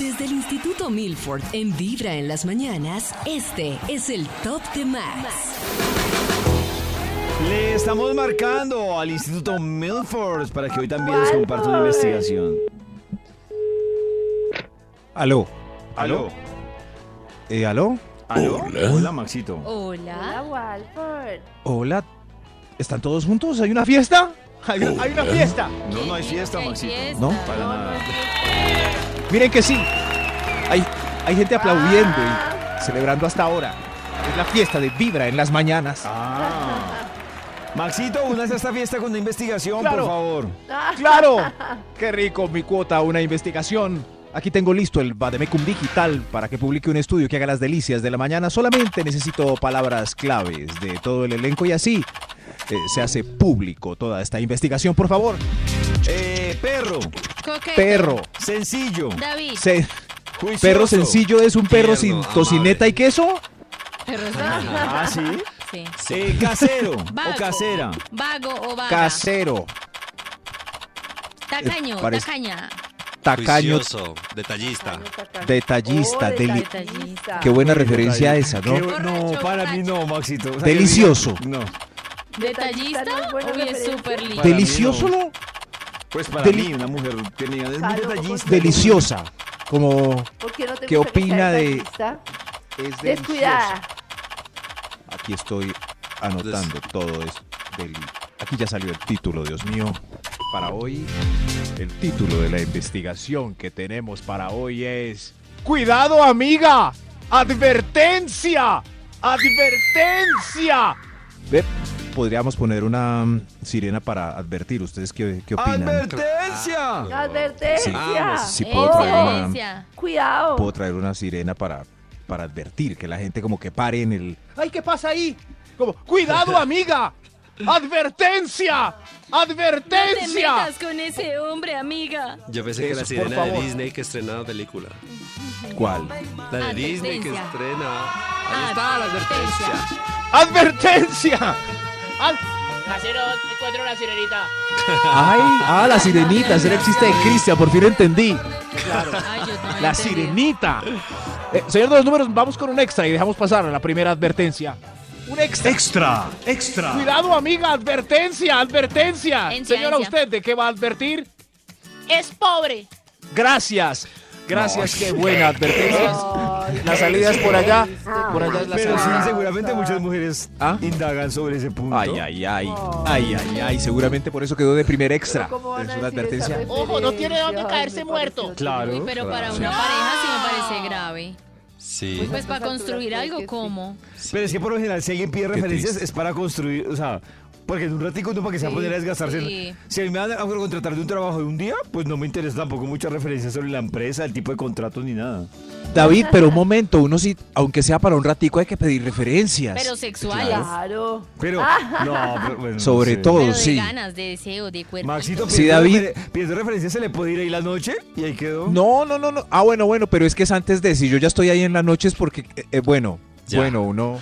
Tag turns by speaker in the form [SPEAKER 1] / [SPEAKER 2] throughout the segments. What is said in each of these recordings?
[SPEAKER 1] Desde el Instituto Milford en Vibra en las mañanas, este es el Top de Max.
[SPEAKER 2] Le estamos marcando al Instituto Milford para que hoy también les comparta una investigación.
[SPEAKER 3] Aló.
[SPEAKER 2] ¿Aló?
[SPEAKER 3] Eh, ¿Aló?
[SPEAKER 2] ¿Aló? Hola, Maxito.
[SPEAKER 1] Hola.
[SPEAKER 4] Hola, Walford.
[SPEAKER 3] Hola. ¿Están todos juntos? ¿Hay una fiesta? Hay, hay una fiesta.
[SPEAKER 2] No, no hay fiesta, Maxito.
[SPEAKER 3] ¿No?
[SPEAKER 2] Para nada.
[SPEAKER 3] Miren que sí. Hay, hay gente aplaudiendo y celebrando hasta ahora. Es la fiesta de Vibra en las mañanas.
[SPEAKER 2] Ah. Maxito, únase a esta fiesta con una investigación,
[SPEAKER 3] Claro.
[SPEAKER 2] por favor.
[SPEAKER 3] ¡Claro! ¡Qué rico mi cuota! Una investigación. Aquí tengo listo el Bademecum Digital para que publique un estudio que haga las delicias de la mañana. Solamente necesito palabras claves de todo el elenco y así eh, se hace público toda esta investigación. Por favor,
[SPEAKER 2] Eh, perro,
[SPEAKER 3] perro.
[SPEAKER 2] sencillo,
[SPEAKER 4] David.
[SPEAKER 3] Se,
[SPEAKER 2] juicioso.
[SPEAKER 3] ¿Perro sencillo es un perro
[SPEAKER 5] Tierno,
[SPEAKER 3] sin
[SPEAKER 5] amable.
[SPEAKER 3] tocineta y queso?
[SPEAKER 4] Perro
[SPEAKER 2] Ah, ¿sí?
[SPEAKER 4] sí.
[SPEAKER 2] Eh, casero o
[SPEAKER 4] Vago.
[SPEAKER 2] casera.
[SPEAKER 4] Vago o vaga.
[SPEAKER 3] Casero,
[SPEAKER 4] tacaño,
[SPEAKER 3] eh, parece-
[SPEAKER 4] tacaña.
[SPEAKER 3] tacaño,
[SPEAKER 5] Juicioso, detallista.
[SPEAKER 6] Oh,
[SPEAKER 3] detallista, deli-
[SPEAKER 4] Detallista.
[SPEAKER 3] Qué buena referencia esa,
[SPEAKER 2] Qué
[SPEAKER 3] ¿no?
[SPEAKER 2] bu- no, para mí no, Maxito. O sea,
[SPEAKER 3] Delicioso.
[SPEAKER 2] que diga- No.
[SPEAKER 4] Detallista, Uy, es súper lindo.
[SPEAKER 2] Para mí
[SPEAKER 3] Delicioso, ¿no?
[SPEAKER 2] Pues para
[SPEAKER 3] Deli-
[SPEAKER 2] mí, una mujer que me diga, es muy
[SPEAKER 6] Claro,
[SPEAKER 3] pues
[SPEAKER 2] detallista.
[SPEAKER 3] Deliciosa. Como
[SPEAKER 6] ¿Por qué no te
[SPEAKER 3] ¿Qué
[SPEAKER 6] gusta que
[SPEAKER 3] opina
[SPEAKER 6] sea
[SPEAKER 3] de-
[SPEAKER 6] detallista?
[SPEAKER 3] es
[SPEAKER 6] Descuidada.
[SPEAKER 3] deliciosa. Aquí estoy anotando todo esto. del- Aquí ya salió el título, Dios mío. Para hoy, el título de la investigación que tenemos para hoy es... ¡Cuidado, amiga! ¡Advertencia! ¡Advertencia! Ve, Podríamos poner una mm, sirena para advertir. ¿Ustedes qué, qué opinan? Ah,
[SPEAKER 2] ¡Advertencia!
[SPEAKER 6] Advertencia.
[SPEAKER 3] Sí, puedo traer una,
[SPEAKER 4] Esencia.
[SPEAKER 6] Cuidado.
[SPEAKER 3] puedo traer una sirena para, para advertir que la gente como que pare en el... ¡Ay, qué pasa ahí! Como, ¡cuidado, amiga! ¡Advertencia!
[SPEAKER 4] No te metas con ese hombre, amiga.
[SPEAKER 5] Yo pensé que
[SPEAKER 3] Eso,
[SPEAKER 5] la
[SPEAKER 3] por
[SPEAKER 5] sirena de
[SPEAKER 3] favor.
[SPEAKER 5] Disney que estrena la película.
[SPEAKER 3] ¿Cuál?
[SPEAKER 5] La de Disney que
[SPEAKER 4] Advertencia.
[SPEAKER 5] estrena. Ahí está la advertencia.
[SPEAKER 3] ¡Advertencia! Ad-
[SPEAKER 7] Casero, encuentro una sirenita.
[SPEAKER 3] ¡Ay! ¡Ah, la sirenita! Será el chiste de Cristian, por fin lo entendí.
[SPEAKER 4] Ay, yo no
[SPEAKER 3] ¡La
[SPEAKER 4] entendí.
[SPEAKER 3] sirenita! Eh, señor de los números, vamos con un extra y dejamos pasar a la primera advertencia. ¡Un extra!
[SPEAKER 8] Extra, extra.
[SPEAKER 3] ¡Cuidado, amiga! ¡Advertencia! ¡Advertencia!
[SPEAKER 4] Encia,
[SPEAKER 3] Señora,
[SPEAKER 4] encia.
[SPEAKER 3] ¿usted de qué va a advertir?
[SPEAKER 7] Es pobre.
[SPEAKER 3] Gracias. Gracias, qué buena advertencia. Las salidas por allá. Por allá es la
[SPEAKER 2] Pero sí,
[SPEAKER 3] salida.
[SPEAKER 2] seguramente muchas mujeres
[SPEAKER 3] ¿Ah?
[SPEAKER 2] indagan sobre ese punto.
[SPEAKER 3] Ay, ay, ay. Ay, ay, ay. Seguramente por eso quedó de primer extra.
[SPEAKER 6] ¿Cómo van
[SPEAKER 3] Es
[SPEAKER 6] a
[SPEAKER 3] una
[SPEAKER 6] decir
[SPEAKER 3] advertencia.
[SPEAKER 6] esa
[SPEAKER 7] Ojo, no tiene dónde
[SPEAKER 6] referencia?
[SPEAKER 7] caerse
[SPEAKER 6] Ay, me
[SPEAKER 7] muerto.
[SPEAKER 6] parece
[SPEAKER 2] Claro.
[SPEAKER 4] Uy, pero para
[SPEAKER 2] claro.
[SPEAKER 4] una pareja sí me parece grave.
[SPEAKER 5] Sí.
[SPEAKER 4] Pues para construir
[SPEAKER 6] alturas,
[SPEAKER 4] algo,
[SPEAKER 6] creo que sí.
[SPEAKER 4] ¿cómo?
[SPEAKER 2] Pero es que por lo general, si alguien pide referencias,
[SPEAKER 3] triste.
[SPEAKER 2] es para construir, o sea, porque en un ratico no para que se va a poner a desgastarse.
[SPEAKER 4] sí.
[SPEAKER 2] Si a mí me van a contratar de un trabajo de un día, pues no me interesa tampoco muchas referencias sobre la empresa, el tipo de contrato ni nada.
[SPEAKER 3] David, pero un momento, uno sí, aunque sea para un ratico, hay que pedir referencias.
[SPEAKER 4] Pero sexuales.
[SPEAKER 6] Claro.
[SPEAKER 2] Pero,
[SPEAKER 4] Ah.
[SPEAKER 2] no, pero bueno, no
[SPEAKER 3] Sobre
[SPEAKER 2] sé.
[SPEAKER 3] todo,
[SPEAKER 4] Pero de
[SPEAKER 3] Oh, sí.
[SPEAKER 4] ganas, de deseo, de cuerpo.
[SPEAKER 2] Maxito,
[SPEAKER 3] Sí,
[SPEAKER 2] pidiendo
[SPEAKER 3] David.
[SPEAKER 2] refer- pidiendo referencias, se le puede ir ahí la noche y ahí quedó.
[SPEAKER 3] No, no, no, no. Ah, bueno, bueno, pero es que es antes de si yo ya estoy ahí en la noche es porque, eh, eh, bueno,
[SPEAKER 5] Ya.
[SPEAKER 3] bueno, uno.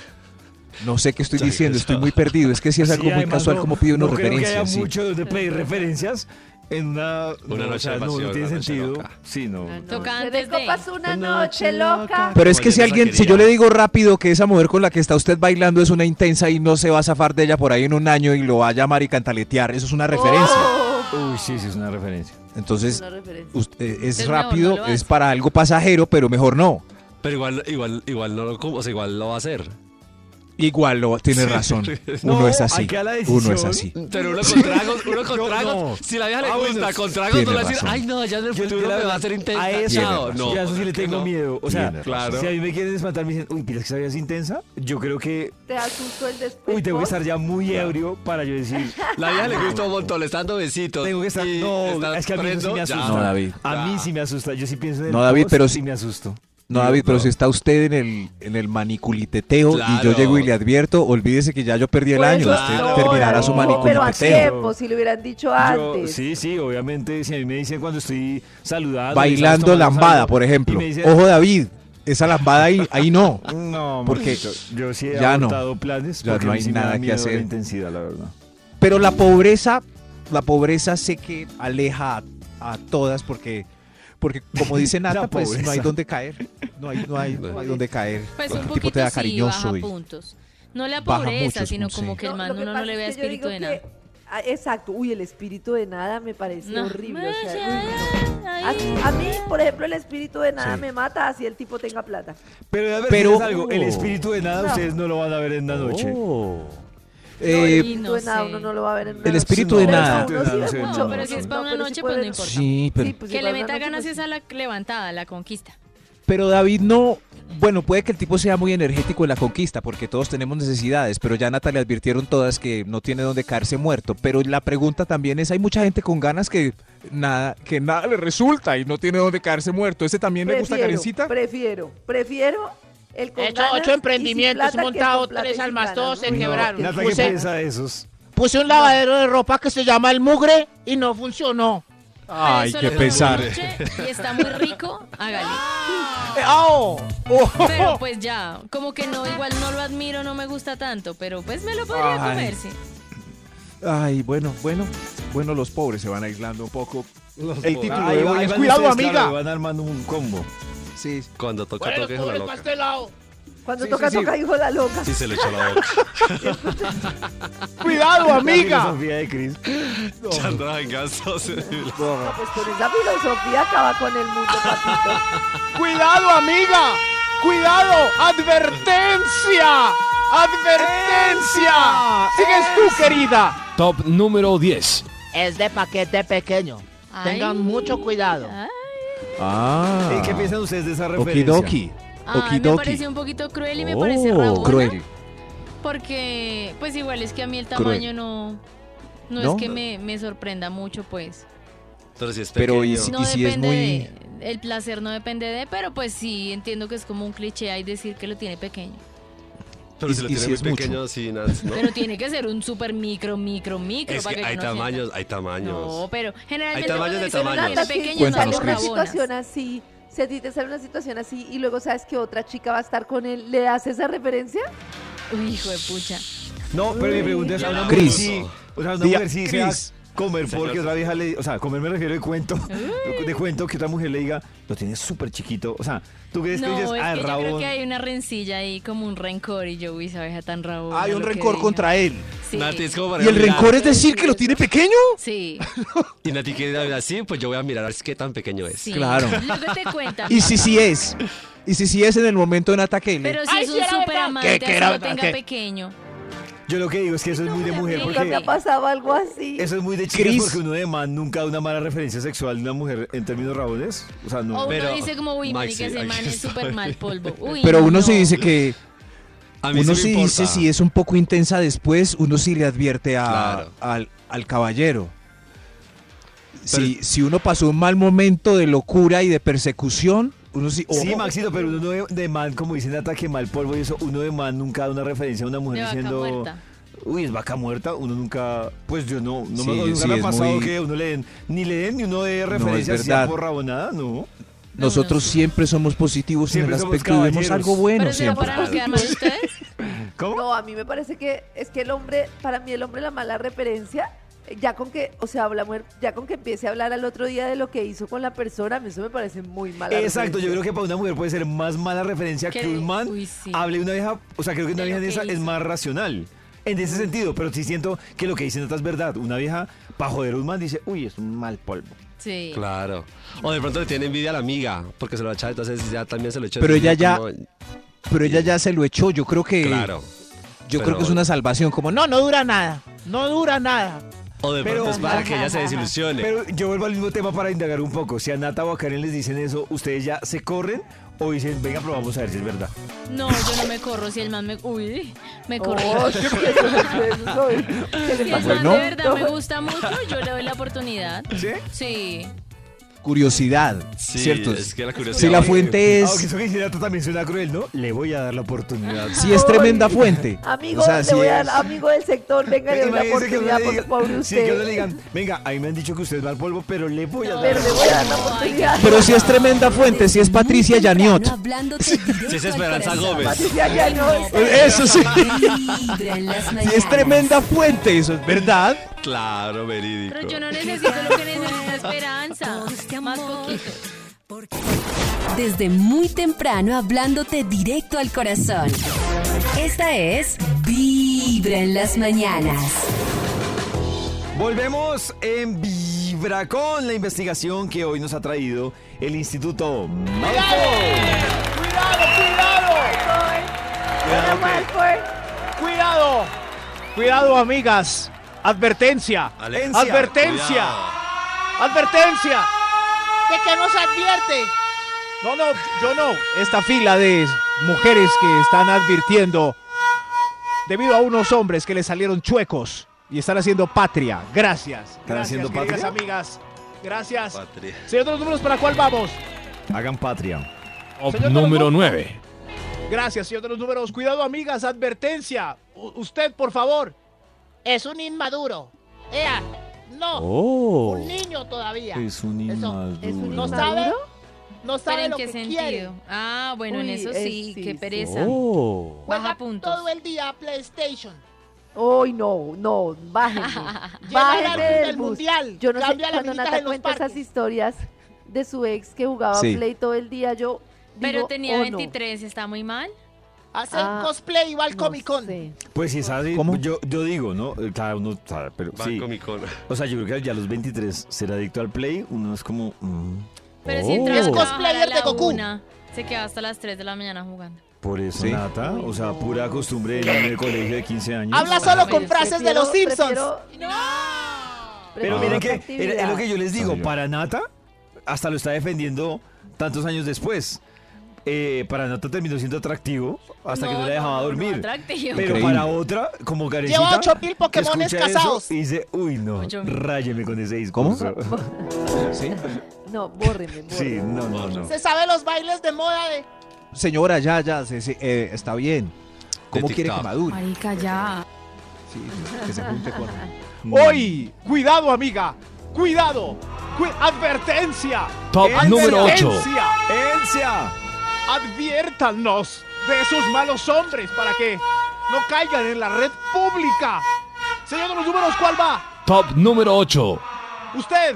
[SPEAKER 3] No sé qué estoy
[SPEAKER 5] Ya,
[SPEAKER 3] diciendo,
[SPEAKER 5] ya.
[SPEAKER 3] estoy muy perdido. Es que si es
[SPEAKER 2] Sí,
[SPEAKER 3] algo muy
[SPEAKER 2] además
[SPEAKER 3] casual,
[SPEAKER 2] no-
[SPEAKER 3] como pide uno
[SPEAKER 2] no creo que haya
[SPEAKER 3] referencias. sí.
[SPEAKER 2] mucho donde pedir referencias en una,
[SPEAKER 5] Una noche de
[SPEAKER 2] no,
[SPEAKER 5] pasión,
[SPEAKER 2] no tiene
[SPEAKER 5] una noche
[SPEAKER 2] sentido.
[SPEAKER 5] loca.
[SPEAKER 2] Sí, no.
[SPEAKER 4] Toca
[SPEAKER 6] Se
[SPEAKER 4] antes de...
[SPEAKER 6] descopas una noche loca.
[SPEAKER 3] Pero es
[SPEAKER 5] Oye,
[SPEAKER 3] que si
[SPEAKER 5] no la
[SPEAKER 3] alguien, si
[SPEAKER 5] quería.
[SPEAKER 3] yo le digo rápido que esa mujer con la que está usted bailando es una intensa y no se va a zafar de ella por ahí en un año y lo va a llamar y cantaletear, eso es una referencia.
[SPEAKER 6] Oh,
[SPEAKER 2] Uy, sí, sí, es una referencia.
[SPEAKER 3] Entonces,
[SPEAKER 6] una referencia.
[SPEAKER 3] us- eh, es
[SPEAKER 4] Es mejor
[SPEAKER 3] rápido,
[SPEAKER 4] Pues no lo
[SPEAKER 3] es
[SPEAKER 4] hace.
[SPEAKER 3] para algo pasajero, pero mejor no.
[SPEAKER 5] Pero igual, igual, igual no lo como, o sea, igual lo va a hacer.
[SPEAKER 3] Igual lo tiene razón. Uno
[SPEAKER 2] No,
[SPEAKER 3] es así.
[SPEAKER 2] ahí queda la
[SPEAKER 3] Uno es
[SPEAKER 2] decisión.
[SPEAKER 3] así.
[SPEAKER 5] Pero uno con tragos, uno con
[SPEAKER 2] No,
[SPEAKER 5] tragos.
[SPEAKER 2] no.
[SPEAKER 5] Si la vieja le
[SPEAKER 2] Ah, bueno,
[SPEAKER 5] gusta, con tragos
[SPEAKER 3] tiene
[SPEAKER 5] no le va a decir,
[SPEAKER 3] razón.
[SPEAKER 5] ay no, ya en el
[SPEAKER 2] Yo
[SPEAKER 5] futuro
[SPEAKER 2] tuviera-
[SPEAKER 5] me va a hacer intensa.
[SPEAKER 2] a eso-
[SPEAKER 5] Chao.
[SPEAKER 3] Tiene
[SPEAKER 5] no,
[SPEAKER 2] Yo a eso sí le tengo
[SPEAKER 5] no.
[SPEAKER 2] miedo. O sea,
[SPEAKER 3] Tiene
[SPEAKER 5] razón.
[SPEAKER 2] si a mí me quieren espantar, me dicen, uy, ¿piensas que esa vida es intensa? Yo creo que,
[SPEAKER 6] Te asustó el después.
[SPEAKER 2] uy, tengo que estar ya muy ebrio para yo decir,
[SPEAKER 5] La vieja le gusta un montón, le está dando besitos.
[SPEAKER 2] tengo que estar,
[SPEAKER 5] y
[SPEAKER 2] no,
[SPEAKER 5] está
[SPEAKER 2] es que a mí eso sí
[SPEAKER 5] prendo,
[SPEAKER 2] me
[SPEAKER 5] ya.
[SPEAKER 2] asusta.
[SPEAKER 3] No, David.
[SPEAKER 2] A mí
[SPEAKER 5] Ya.
[SPEAKER 2] sí me asusta, yo sí pienso en el
[SPEAKER 3] No, David,
[SPEAKER 2] post
[SPEAKER 3] pero
[SPEAKER 2] y
[SPEAKER 3] si-
[SPEAKER 2] me asusto.
[SPEAKER 3] No, David, pero si está usted en el, en el maniculiteteo y yo
[SPEAKER 5] Claro.
[SPEAKER 3] llego y le advierto, olvídese que ya yo perdí el
[SPEAKER 2] Pues
[SPEAKER 6] Por
[SPEAKER 3] año.
[SPEAKER 6] eso
[SPEAKER 3] Usted
[SPEAKER 6] ahora,
[SPEAKER 3] terminará su
[SPEAKER 6] no, Pero a
[SPEAKER 3] maniculiteteo.
[SPEAKER 6] tiempo, si lo hubieran dicho
[SPEAKER 2] Yo-
[SPEAKER 6] antes.
[SPEAKER 2] sí, sí, obviamente, si a mí me dicen cuando estoy saludando...
[SPEAKER 3] Bailando
[SPEAKER 2] estamos tomando
[SPEAKER 3] lambada,
[SPEAKER 2] algo,
[SPEAKER 3] por
[SPEAKER 2] y
[SPEAKER 3] ejemplo.
[SPEAKER 2] me dicen,
[SPEAKER 3] Ojo, David, esa lambada ahí, ahí no.
[SPEAKER 2] No,
[SPEAKER 3] Porque
[SPEAKER 2] porque yo sí he
[SPEAKER 3] ya no.
[SPEAKER 2] adoptado planes
[SPEAKER 3] Ya
[SPEAKER 2] porque
[SPEAKER 3] no
[SPEAKER 2] a mí
[SPEAKER 3] hay
[SPEAKER 2] sí me da
[SPEAKER 3] nada que
[SPEAKER 2] miedo
[SPEAKER 3] hacer.
[SPEAKER 2] La intensidad, la verdad.
[SPEAKER 3] Pero la pobreza, la pobreza sé que aleja a, a todas porque, porque como dice Nata,
[SPEAKER 2] La
[SPEAKER 3] pues no hay
[SPEAKER 2] pobreza.
[SPEAKER 3] donde caer. No hay, no hay, no hay donde caer.
[SPEAKER 4] Pues
[SPEAKER 3] El
[SPEAKER 4] un
[SPEAKER 3] tipo te
[SPEAKER 4] poquito
[SPEAKER 3] da
[SPEAKER 4] sí baja
[SPEAKER 3] cariñoso. y-
[SPEAKER 4] puntos. No la
[SPEAKER 3] baja
[SPEAKER 4] pobreza,
[SPEAKER 3] muchos
[SPEAKER 4] sino
[SPEAKER 3] puntos,
[SPEAKER 4] como
[SPEAKER 3] sí.
[SPEAKER 4] que el man
[SPEAKER 6] lo que
[SPEAKER 4] uno no
[SPEAKER 6] pasa
[SPEAKER 4] le
[SPEAKER 6] es
[SPEAKER 4] vea
[SPEAKER 6] que yo
[SPEAKER 4] espíritu de
[SPEAKER 6] digo
[SPEAKER 4] nada.
[SPEAKER 6] que- ah, Exacto, uy, el espíritu de nada me parece
[SPEAKER 4] No.
[SPEAKER 6] horrible. o sea,
[SPEAKER 4] Ay,
[SPEAKER 6] uy, no.
[SPEAKER 4] ay,
[SPEAKER 6] A,
[SPEAKER 4] ay.
[SPEAKER 6] a mí, por ejemplo, el espíritu de nada
[SPEAKER 3] Sí.
[SPEAKER 6] me mata así el tipo tenga plata.
[SPEAKER 2] Pero déjame
[SPEAKER 3] Pero-
[SPEAKER 2] decirles algo, el espíritu de nada
[SPEAKER 6] No.
[SPEAKER 2] ustedes no lo van a ver en la noche.
[SPEAKER 3] Oh.
[SPEAKER 6] el
[SPEAKER 3] Eh,
[SPEAKER 6] espíritu
[SPEAKER 4] no
[SPEAKER 6] de nada
[SPEAKER 4] sé.
[SPEAKER 6] uno no lo va a ver en una
[SPEAKER 3] El
[SPEAKER 6] noche.
[SPEAKER 3] espíritu de
[SPEAKER 6] Pero
[SPEAKER 3] nada.
[SPEAKER 6] uno sí ve
[SPEAKER 2] No, pero
[SPEAKER 6] mucho.
[SPEAKER 2] si
[SPEAKER 4] es para una
[SPEAKER 6] pero sí
[SPEAKER 4] noche,
[SPEAKER 6] puede
[SPEAKER 4] pues no
[SPEAKER 6] ver-
[SPEAKER 4] importa.
[SPEAKER 3] sí, pero,
[SPEAKER 6] pues
[SPEAKER 4] que
[SPEAKER 6] si
[SPEAKER 4] le
[SPEAKER 6] para una
[SPEAKER 4] meta
[SPEAKER 6] noche,
[SPEAKER 4] ganas
[SPEAKER 6] pues
[SPEAKER 4] es a la levantada, a la conquista.
[SPEAKER 3] pero David no. Bueno, puede que el tipo sea muy energético en la conquista, porque todos tenemos necesidades, pero ya a Nata le advirtieron todas que no tiene donde caerse muerto. Pero la pregunta también es, hay mucha gente con ganas que nada, que nada le resulta y no tiene donde caerse muerto. ¿Ese también le gusta Karencita?
[SPEAKER 6] Prefiero, prefiero el con
[SPEAKER 7] He hecho
[SPEAKER 6] ganas y
[SPEAKER 7] ocho
[SPEAKER 6] sin
[SPEAKER 7] emprendimientos,
[SPEAKER 6] plata que
[SPEAKER 7] montado
[SPEAKER 6] con plata y
[SPEAKER 7] tres
[SPEAKER 6] sin
[SPEAKER 7] almas,
[SPEAKER 6] ganas,
[SPEAKER 7] todos se
[SPEAKER 6] ¿no?
[SPEAKER 7] quebraron.
[SPEAKER 2] Nata, ¿qué
[SPEAKER 7] Puse-
[SPEAKER 2] piensa de esos?
[SPEAKER 7] Puse un lavadero de ropa que se llama el mugre y no funcionó.
[SPEAKER 3] Ay,
[SPEAKER 4] Pero
[SPEAKER 3] qué
[SPEAKER 4] solo para
[SPEAKER 3] pesar.
[SPEAKER 4] una noche Y está muy rico, hágale.
[SPEAKER 3] ¡Eh, ¡Ao!
[SPEAKER 4] Pero pues ya, como que no, igual no lo admiro, no me gusta tanto, pero pues me lo podría
[SPEAKER 3] Ay.
[SPEAKER 4] comer, sí.
[SPEAKER 3] Ay, bueno, bueno. Bueno, los pobres se van aislando un poco. El título
[SPEAKER 2] Ahí
[SPEAKER 3] de
[SPEAKER 2] va-
[SPEAKER 3] hoy
[SPEAKER 2] ahí
[SPEAKER 3] es
[SPEAKER 2] van
[SPEAKER 3] Cuidado,
[SPEAKER 2] ustedes, claro,
[SPEAKER 3] amiga.
[SPEAKER 2] van armando un combo.
[SPEAKER 3] Sí,
[SPEAKER 5] Cuando toca,
[SPEAKER 7] Bueno, los
[SPEAKER 5] toca, hijo la
[SPEAKER 7] pobres
[SPEAKER 5] loca.
[SPEAKER 7] pastelados.
[SPEAKER 6] Cuando
[SPEAKER 3] Sí,
[SPEAKER 6] toca,
[SPEAKER 3] sí, sí.
[SPEAKER 6] toca, hijo la loca.
[SPEAKER 5] Sí, se le echó la boca.
[SPEAKER 3] ¡Cuidado,
[SPEAKER 2] La
[SPEAKER 3] amiga!
[SPEAKER 2] filosofía de Cris.
[SPEAKER 5] Chandra venganzos.
[SPEAKER 6] Ah, Pues con esa filosofía acaba con el mundo, papito.
[SPEAKER 3] ¡Cuidado, amiga! ¡Cuidado! ¡Advertencia! ¡Advertencia! ¡Sigues tú, querida!
[SPEAKER 9] Top número 10.
[SPEAKER 7] Es de paquete pequeño. Tengan
[SPEAKER 4] Ay.
[SPEAKER 7] mucho cuidado.
[SPEAKER 4] Ay,
[SPEAKER 3] Ah.
[SPEAKER 2] Eh, ¿Qué piensan ustedes de esa referencia?
[SPEAKER 3] Okidoki.
[SPEAKER 4] Ay, me pareció
[SPEAKER 3] Okidoki.
[SPEAKER 4] un poquito cruel y me
[SPEAKER 3] Oh,
[SPEAKER 4] parece rabona,
[SPEAKER 3] cruel.
[SPEAKER 4] Porque pues igual es que a mí el
[SPEAKER 3] Cruel.
[SPEAKER 4] tamaño no, no,
[SPEAKER 3] ¿No?
[SPEAKER 4] es que me, me sorprenda mucho, pues.
[SPEAKER 5] Pero si es
[SPEAKER 3] Pero, ¿y
[SPEAKER 5] pequeño.
[SPEAKER 3] si-
[SPEAKER 4] No
[SPEAKER 3] si es
[SPEAKER 4] depende
[SPEAKER 3] muy-
[SPEAKER 4] de... El placer no depende de, pero pues sí entiendo que es como un cliché ahí decir que lo tiene pequeño.
[SPEAKER 5] Pero
[SPEAKER 3] y-
[SPEAKER 5] si lo
[SPEAKER 3] y
[SPEAKER 5] tiene
[SPEAKER 3] si
[SPEAKER 5] muy
[SPEAKER 3] es mucho.
[SPEAKER 5] pequeño, sí, Nats, ¿no?
[SPEAKER 4] Pero tiene que ser un super micro, micro, micro.
[SPEAKER 5] Es
[SPEAKER 4] para
[SPEAKER 5] que hay
[SPEAKER 4] uno sienta.
[SPEAKER 5] tamaños, hay tamaños.
[SPEAKER 4] No, pero generalmente
[SPEAKER 5] tamaños
[SPEAKER 4] cuando
[SPEAKER 5] de
[SPEAKER 4] dicen, "Ah,
[SPEAKER 5] tamaños".
[SPEAKER 4] tiene
[SPEAKER 6] Nata, si
[SPEAKER 4] pequeño,
[SPEAKER 6] te
[SPEAKER 3] Cuéntanos,
[SPEAKER 6] sale
[SPEAKER 4] sale
[SPEAKER 6] una
[SPEAKER 3] Cris.
[SPEAKER 6] situación
[SPEAKER 4] rabonas.
[SPEAKER 6] así, si a ti te sale una situación así y luego sabes que otra chica va a estar con él, ¿le das esa referencia?
[SPEAKER 4] Uy, hijo de pucha.
[SPEAKER 2] No, pero mi pregunta es a una mujer
[SPEAKER 3] Cris.
[SPEAKER 2] sí- o sea, una
[SPEAKER 3] Diga,
[SPEAKER 2] mujer sí se
[SPEAKER 3] Cris.
[SPEAKER 2] va a comer porque otra vieja le... O sea, comer me refiero de cuento, de cuento que otra mujer le diga, lo tienes súper chiquito. O sea, ¿tú crees que
[SPEAKER 4] No,
[SPEAKER 2] ella
[SPEAKER 4] es
[SPEAKER 2] es,
[SPEAKER 4] que
[SPEAKER 2] ah,
[SPEAKER 4] yo creo
[SPEAKER 2] rabón?
[SPEAKER 4] que hay una rencilla ahí, como un rencor, y yo, uy, esa abeja tan rabona.
[SPEAKER 3] Hay un
[SPEAKER 4] lo que
[SPEAKER 3] rencor
[SPEAKER 4] diga.
[SPEAKER 3] contra él.
[SPEAKER 4] Sí,
[SPEAKER 5] Nati es como para
[SPEAKER 3] ¿Y el
[SPEAKER 5] mirar.
[SPEAKER 3] rencor es decir que lo tiene pequeño?
[SPEAKER 4] sí,
[SPEAKER 5] Y Nati quiere ir a mirar así, pues yo voy a mirar a ver qué tan pequeño es.
[SPEAKER 4] sí.
[SPEAKER 3] Claro.
[SPEAKER 4] Luego te cuentan.
[SPEAKER 3] Y si sí es. Y si sí es en el momento de Nata que le-
[SPEAKER 4] Pero si
[SPEAKER 7] Ay,
[SPEAKER 4] es
[SPEAKER 7] sí
[SPEAKER 4] un
[SPEAKER 7] era
[SPEAKER 4] súper
[SPEAKER 7] verdad.
[SPEAKER 4] amante,
[SPEAKER 3] ¿Qué,
[SPEAKER 4] que
[SPEAKER 3] qué era
[SPEAKER 4] lo
[SPEAKER 3] verdad?
[SPEAKER 4] tenga
[SPEAKER 3] ¿Qué?
[SPEAKER 4] pequeño.
[SPEAKER 2] Yo lo que digo es que eso es muy de mujer
[SPEAKER 4] amiga,
[SPEAKER 2] porque...
[SPEAKER 6] Nunca me ha pasado algo así.
[SPEAKER 2] Eso es muy de chicas
[SPEAKER 3] Cris.
[SPEAKER 2] porque uno de man nunca da una mala referencia sexual de una mujer en términos rabones. O sea,
[SPEAKER 4] O
[SPEAKER 2] no.
[SPEAKER 4] uno
[SPEAKER 5] Pero,
[SPEAKER 4] dice como, uy,
[SPEAKER 5] Maxi,
[SPEAKER 4] marica, ese
[SPEAKER 5] aquí
[SPEAKER 4] man es
[SPEAKER 5] estoy.
[SPEAKER 4] súper mal polvo. Uy,
[SPEAKER 3] Pero uno
[SPEAKER 4] no.
[SPEAKER 3] se dice que
[SPEAKER 5] A mí
[SPEAKER 3] uno
[SPEAKER 5] sí
[SPEAKER 3] sí
[SPEAKER 5] me
[SPEAKER 3] dice
[SPEAKER 5] importa.
[SPEAKER 3] si es un poco intensa después, uno sí le advierte a-
[SPEAKER 5] Claro.
[SPEAKER 3] al, al caballero.
[SPEAKER 5] Pero
[SPEAKER 3] Si, si uno pasó un mal momento de locura y de persecución, uno sí... o-
[SPEAKER 2] Sí, Maxito, pero uno de, de man, como dicen, ataque mal polvo y eso, uno de man nunca da una referencia a una mujer
[SPEAKER 4] De vaca
[SPEAKER 2] diciendo,
[SPEAKER 4] muerta.
[SPEAKER 2] uy, es vaca muerta, uno nunca, pues yo no, no
[SPEAKER 3] Sí,
[SPEAKER 2] me, nunca
[SPEAKER 3] sí,
[SPEAKER 2] me ha
[SPEAKER 3] es
[SPEAKER 2] pasado
[SPEAKER 3] muy-
[SPEAKER 2] que uno le den, ni le den ni uno de referencia así
[SPEAKER 3] verdad.
[SPEAKER 2] por rabonada, no.
[SPEAKER 3] Nosotros siempre somos positivos
[SPEAKER 2] Siempre
[SPEAKER 3] en el
[SPEAKER 2] somos
[SPEAKER 3] aspecto y vemos
[SPEAKER 2] caballeros.
[SPEAKER 3] algo bueno
[SPEAKER 4] Pero será
[SPEAKER 3] siempre.
[SPEAKER 4] para no quedar mal ustedes.
[SPEAKER 2] ¿Cómo?
[SPEAKER 6] No, a mí me parece que es que el hombre, para mí el hombre la mala referencia, eh, ya con que, o sea, la mujer, ya con que empiece a hablar al otro día de lo que hizo con la persona, a mí eso me parece muy mala.
[SPEAKER 2] Exacto, yo creo que para una mujer puede ser más mala referencia
[SPEAKER 4] Que-
[SPEAKER 2] que un man
[SPEAKER 4] uy, sí.
[SPEAKER 2] hable una vieja, o sea, creo que una
[SPEAKER 4] De
[SPEAKER 2] vieja
[SPEAKER 4] lo
[SPEAKER 2] de
[SPEAKER 4] que
[SPEAKER 2] esa es
[SPEAKER 4] hizo.
[SPEAKER 2] más racional. En ese sentido, pero sí siento que lo que dice Nata es verdad. Una vieja, para joder a un man, dice, uy, es un mal polvo.
[SPEAKER 4] Sí.
[SPEAKER 5] Claro. O de pronto le tiene envidia a la amiga, porque se lo echa, entonces ya también se lo echa.
[SPEAKER 3] Pero ella ya-
[SPEAKER 5] envidia,
[SPEAKER 3] eh,
[SPEAKER 5] como-
[SPEAKER 3] Pero ella ya se lo echó, yo creo que...
[SPEAKER 5] Claro.
[SPEAKER 3] Yo
[SPEAKER 5] pero-
[SPEAKER 3] creo que es una salvación, como no, no dura nada.
[SPEAKER 9] No dura nada.
[SPEAKER 5] O de pronto
[SPEAKER 2] Pero-
[SPEAKER 5] es para que ella se desilusione.
[SPEAKER 2] Pero yo vuelvo al mismo tema para indagar un poco. Si a Nata o a Karen les dicen eso, ¿ustedes ya se corren o dicen, venga, probamos a ver si es verdad?
[SPEAKER 4] No, yo no me corro si el man me. Uy, me corro.
[SPEAKER 6] Oh, sí, eso, eso, eso, soy. ¿Qué
[SPEAKER 4] Si
[SPEAKER 6] le
[SPEAKER 4] el man
[SPEAKER 6] pasa?
[SPEAKER 3] Bueno.
[SPEAKER 4] de verdad me gusta mucho, yo le doy la oportunidad.
[SPEAKER 2] ¿Sí?
[SPEAKER 4] Sí.
[SPEAKER 3] curiosidad, ¿cierto?
[SPEAKER 5] Es que la curiosidad.
[SPEAKER 3] Si la fuente
[SPEAKER 2] Ah, ok,
[SPEAKER 3] es,
[SPEAKER 2] eso que hiciste también suena cruel, ¿no? Le voy a dar la oportunidad.
[SPEAKER 3] si es tremenda fuente.
[SPEAKER 6] Amigo,
[SPEAKER 3] o sea,
[SPEAKER 6] le
[SPEAKER 3] si
[SPEAKER 6] voy a
[SPEAKER 3] es-
[SPEAKER 6] dar amigo del sector, venga, le doy la
[SPEAKER 2] Imagínese que uno
[SPEAKER 6] oportunidad,
[SPEAKER 2] le
[SPEAKER 6] por
[SPEAKER 2] diga-
[SPEAKER 6] favor,
[SPEAKER 2] Sí, que
[SPEAKER 6] usted.
[SPEAKER 2] uno le digan, venga, ahí me han dicho que usted es mal polvo, pero le voy a dar.
[SPEAKER 6] Pero le voy a dar la oportunidad.
[SPEAKER 3] Pero si es tremenda fuente, si es Patricia Yaniot.
[SPEAKER 5] Si es Esperanza Gómez.
[SPEAKER 6] Patricia ya no.
[SPEAKER 3] Eso sí, si es
[SPEAKER 1] es
[SPEAKER 3] tremenda fuente, eso es verdad.
[SPEAKER 5] Claro, verídico.
[SPEAKER 4] Pero yo no necesito lo que necesita Esperanza. Más poquito.
[SPEAKER 1] Desde muy temprano hablándote directo al corazón. Esta es Vibra en las mañanas.
[SPEAKER 2] Volvemos en Vibra con la investigación que hoy nos ha traído el Instituto Malfoy.
[SPEAKER 7] ¡Cuidado, cuidado!
[SPEAKER 6] Hola, Malfoy.
[SPEAKER 7] ¡Cuidado! Cuidado, amigas. Advertencia.
[SPEAKER 5] Alencia,
[SPEAKER 7] Advertencia.
[SPEAKER 5] cuidado.
[SPEAKER 7] Advertencia. ¿De qué nos advierte?
[SPEAKER 9] No, no, yo no. Esta fila de mujeres que están advirtiendo debido a unos hombres que le salieron chuecos y están haciendo patria. Gracias.
[SPEAKER 2] ¿Están
[SPEAKER 9] Gracias,
[SPEAKER 2] haciendo
[SPEAKER 9] queridas
[SPEAKER 2] patria?
[SPEAKER 9] amigas. Gracias.
[SPEAKER 5] Patria.
[SPEAKER 9] Señor de los números, ¿para cuál vamos?
[SPEAKER 2] Hagan patria.
[SPEAKER 9] Señor de los
[SPEAKER 8] número
[SPEAKER 9] números.
[SPEAKER 8] 9.
[SPEAKER 9] Gracias, señor de los números. Cuidado, amigas. Advertencia. U- usted, por favor.
[SPEAKER 7] Es un inmaduro. Ea, no,
[SPEAKER 2] Oh.
[SPEAKER 7] un niño todavía.
[SPEAKER 2] Es un
[SPEAKER 7] Eso,
[SPEAKER 6] es un
[SPEAKER 7] No
[SPEAKER 2] inmaduro.
[SPEAKER 6] inmaduro.
[SPEAKER 7] sabe, no
[SPEAKER 4] ¿Pero
[SPEAKER 7] sabe
[SPEAKER 4] en
[SPEAKER 7] lo
[SPEAKER 4] qué
[SPEAKER 7] que
[SPEAKER 4] sentido?
[SPEAKER 7] quiere.
[SPEAKER 4] Ah, bueno, en
[SPEAKER 6] Uy,
[SPEAKER 4] eso
[SPEAKER 6] eh,
[SPEAKER 4] sí,
[SPEAKER 6] sí,
[SPEAKER 4] qué
[SPEAKER 6] sí.
[SPEAKER 4] pereza.
[SPEAKER 2] Oh.
[SPEAKER 4] Baja
[SPEAKER 7] Juega
[SPEAKER 4] puntos.
[SPEAKER 7] todo el día a PlayStation.
[SPEAKER 6] Uy, no, no, bájenme.
[SPEAKER 7] Llega el
[SPEAKER 6] bájenme
[SPEAKER 7] árbitro del
[SPEAKER 6] del bus.
[SPEAKER 7] mundial.
[SPEAKER 6] Yo no sé,
[SPEAKER 7] cambia la
[SPEAKER 6] cuando
[SPEAKER 7] minita
[SPEAKER 6] Nata
[SPEAKER 7] de los
[SPEAKER 6] cuenta esas
[SPEAKER 7] parques.
[SPEAKER 6] historias de su ex que jugaba
[SPEAKER 3] Sí.
[SPEAKER 6] Play todo el día, yo
[SPEAKER 4] Pero
[SPEAKER 6] digo,
[SPEAKER 4] tenía
[SPEAKER 6] oh, no,
[SPEAKER 4] 23, está muy mal.
[SPEAKER 7] Hace
[SPEAKER 6] Ah,
[SPEAKER 7] el cosplay y va al
[SPEAKER 6] no
[SPEAKER 7] Comic Con.
[SPEAKER 6] sé.
[SPEAKER 2] Pues si es así,
[SPEAKER 3] ¿Cómo?
[SPEAKER 2] Yo, yo digo, ¿no? Eh, Cada uno sabe, pero
[SPEAKER 5] Va
[SPEAKER 2] sí.
[SPEAKER 5] con mi cono.
[SPEAKER 2] O sea, yo creo que ya a los 23 ser adicto al play, uno es como... mm,
[SPEAKER 4] Pero
[SPEAKER 3] Oh.
[SPEAKER 4] si entraba
[SPEAKER 3] Es
[SPEAKER 4] a trabajar
[SPEAKER 7] cosplayer
[SPEAKER 4] a la
[SPEAKER 7] de Goku.
[SPEAKER 4] una, se quedaba hasta las 3 de la mañana jugando.
[SPEAKER 2] por eso,
[SPEAKER 3] Sí.
[SPEAKER 2] Nata, o sea, pura costumbre del niño de colegio de 15 años.
[SPEAKER 7] Habla solo con
[SPEAKER 4] Prefiero-
[SPEAKER 7] frases de los
[SPEAKER 6] Prefiero-
[SPEAKER 7] Simpsons.
[SPEAKER 6] prefiero-
[SPEAKER 2] Pero
[SPEAKER 6] prefiero
[SPEAKER 2] miren
[SPEAKER 6] otra
[SPEAKER 2] que era- es lo que yo les digo,
[SPEAKER 3] Ay, yo-
[SPEAKER 2] para Nata hasta lo está defendiendo tantos años después. Eh, para Nata terminó siendo atractivo hasta que no la dejaba dormir.
[SPEAKER 4] atractivo.
[SPEAKER 2] Pero
[SPEAKER 3] Increíble.
[SPEAKER 2] para otra, como Karencita,
[SPEAKER 7] Lleva 8000 Pokémones
[SPEAKER 2] escucha eso
[SPEAKER 7] casados.
[SPEAKER 2] Y dice, uy, no,
[SPEAKER 4] Ocho mil.
[SPEAKER 2] ráyeme con ese discurso.
[SPEAKER 3] ¿Sí?
[SPEAKER 6] No, bórreme, bórreme.
[SPEAKER 2] Sí, no, no, no.
[SPEAKER 7] Se sabe los bailes de moda de.
[SPEAKER 3] Señora, ya, ya, se- se- eh, está bien. ¿Cómo
[SPEAKER 5] De
[SPEAKER 3] quiere que
[SPEAKER 5] TikTok.
[SPEAKER 3] madure?
[SPEAKER 4] Marica, ya.
[SPEAKER 3] Sí, sí, que se junte con...
[SPEAKER 9] Hoy, cuidado, amiga. Cuidado. Cu- advertencia.
[SPEAKER 2] Top número
[SPEAKER 9] Advertencia.
[SPEAKER 2] ocho. ¡Elsia!
[SPEAKER 9] Adviértanos de esos malos hombres para que no caigan en la red pública. Señor de los números, ¿cuál va?
[SPEAKER 8] Top número 8.
[SPEAKER 9] Usted.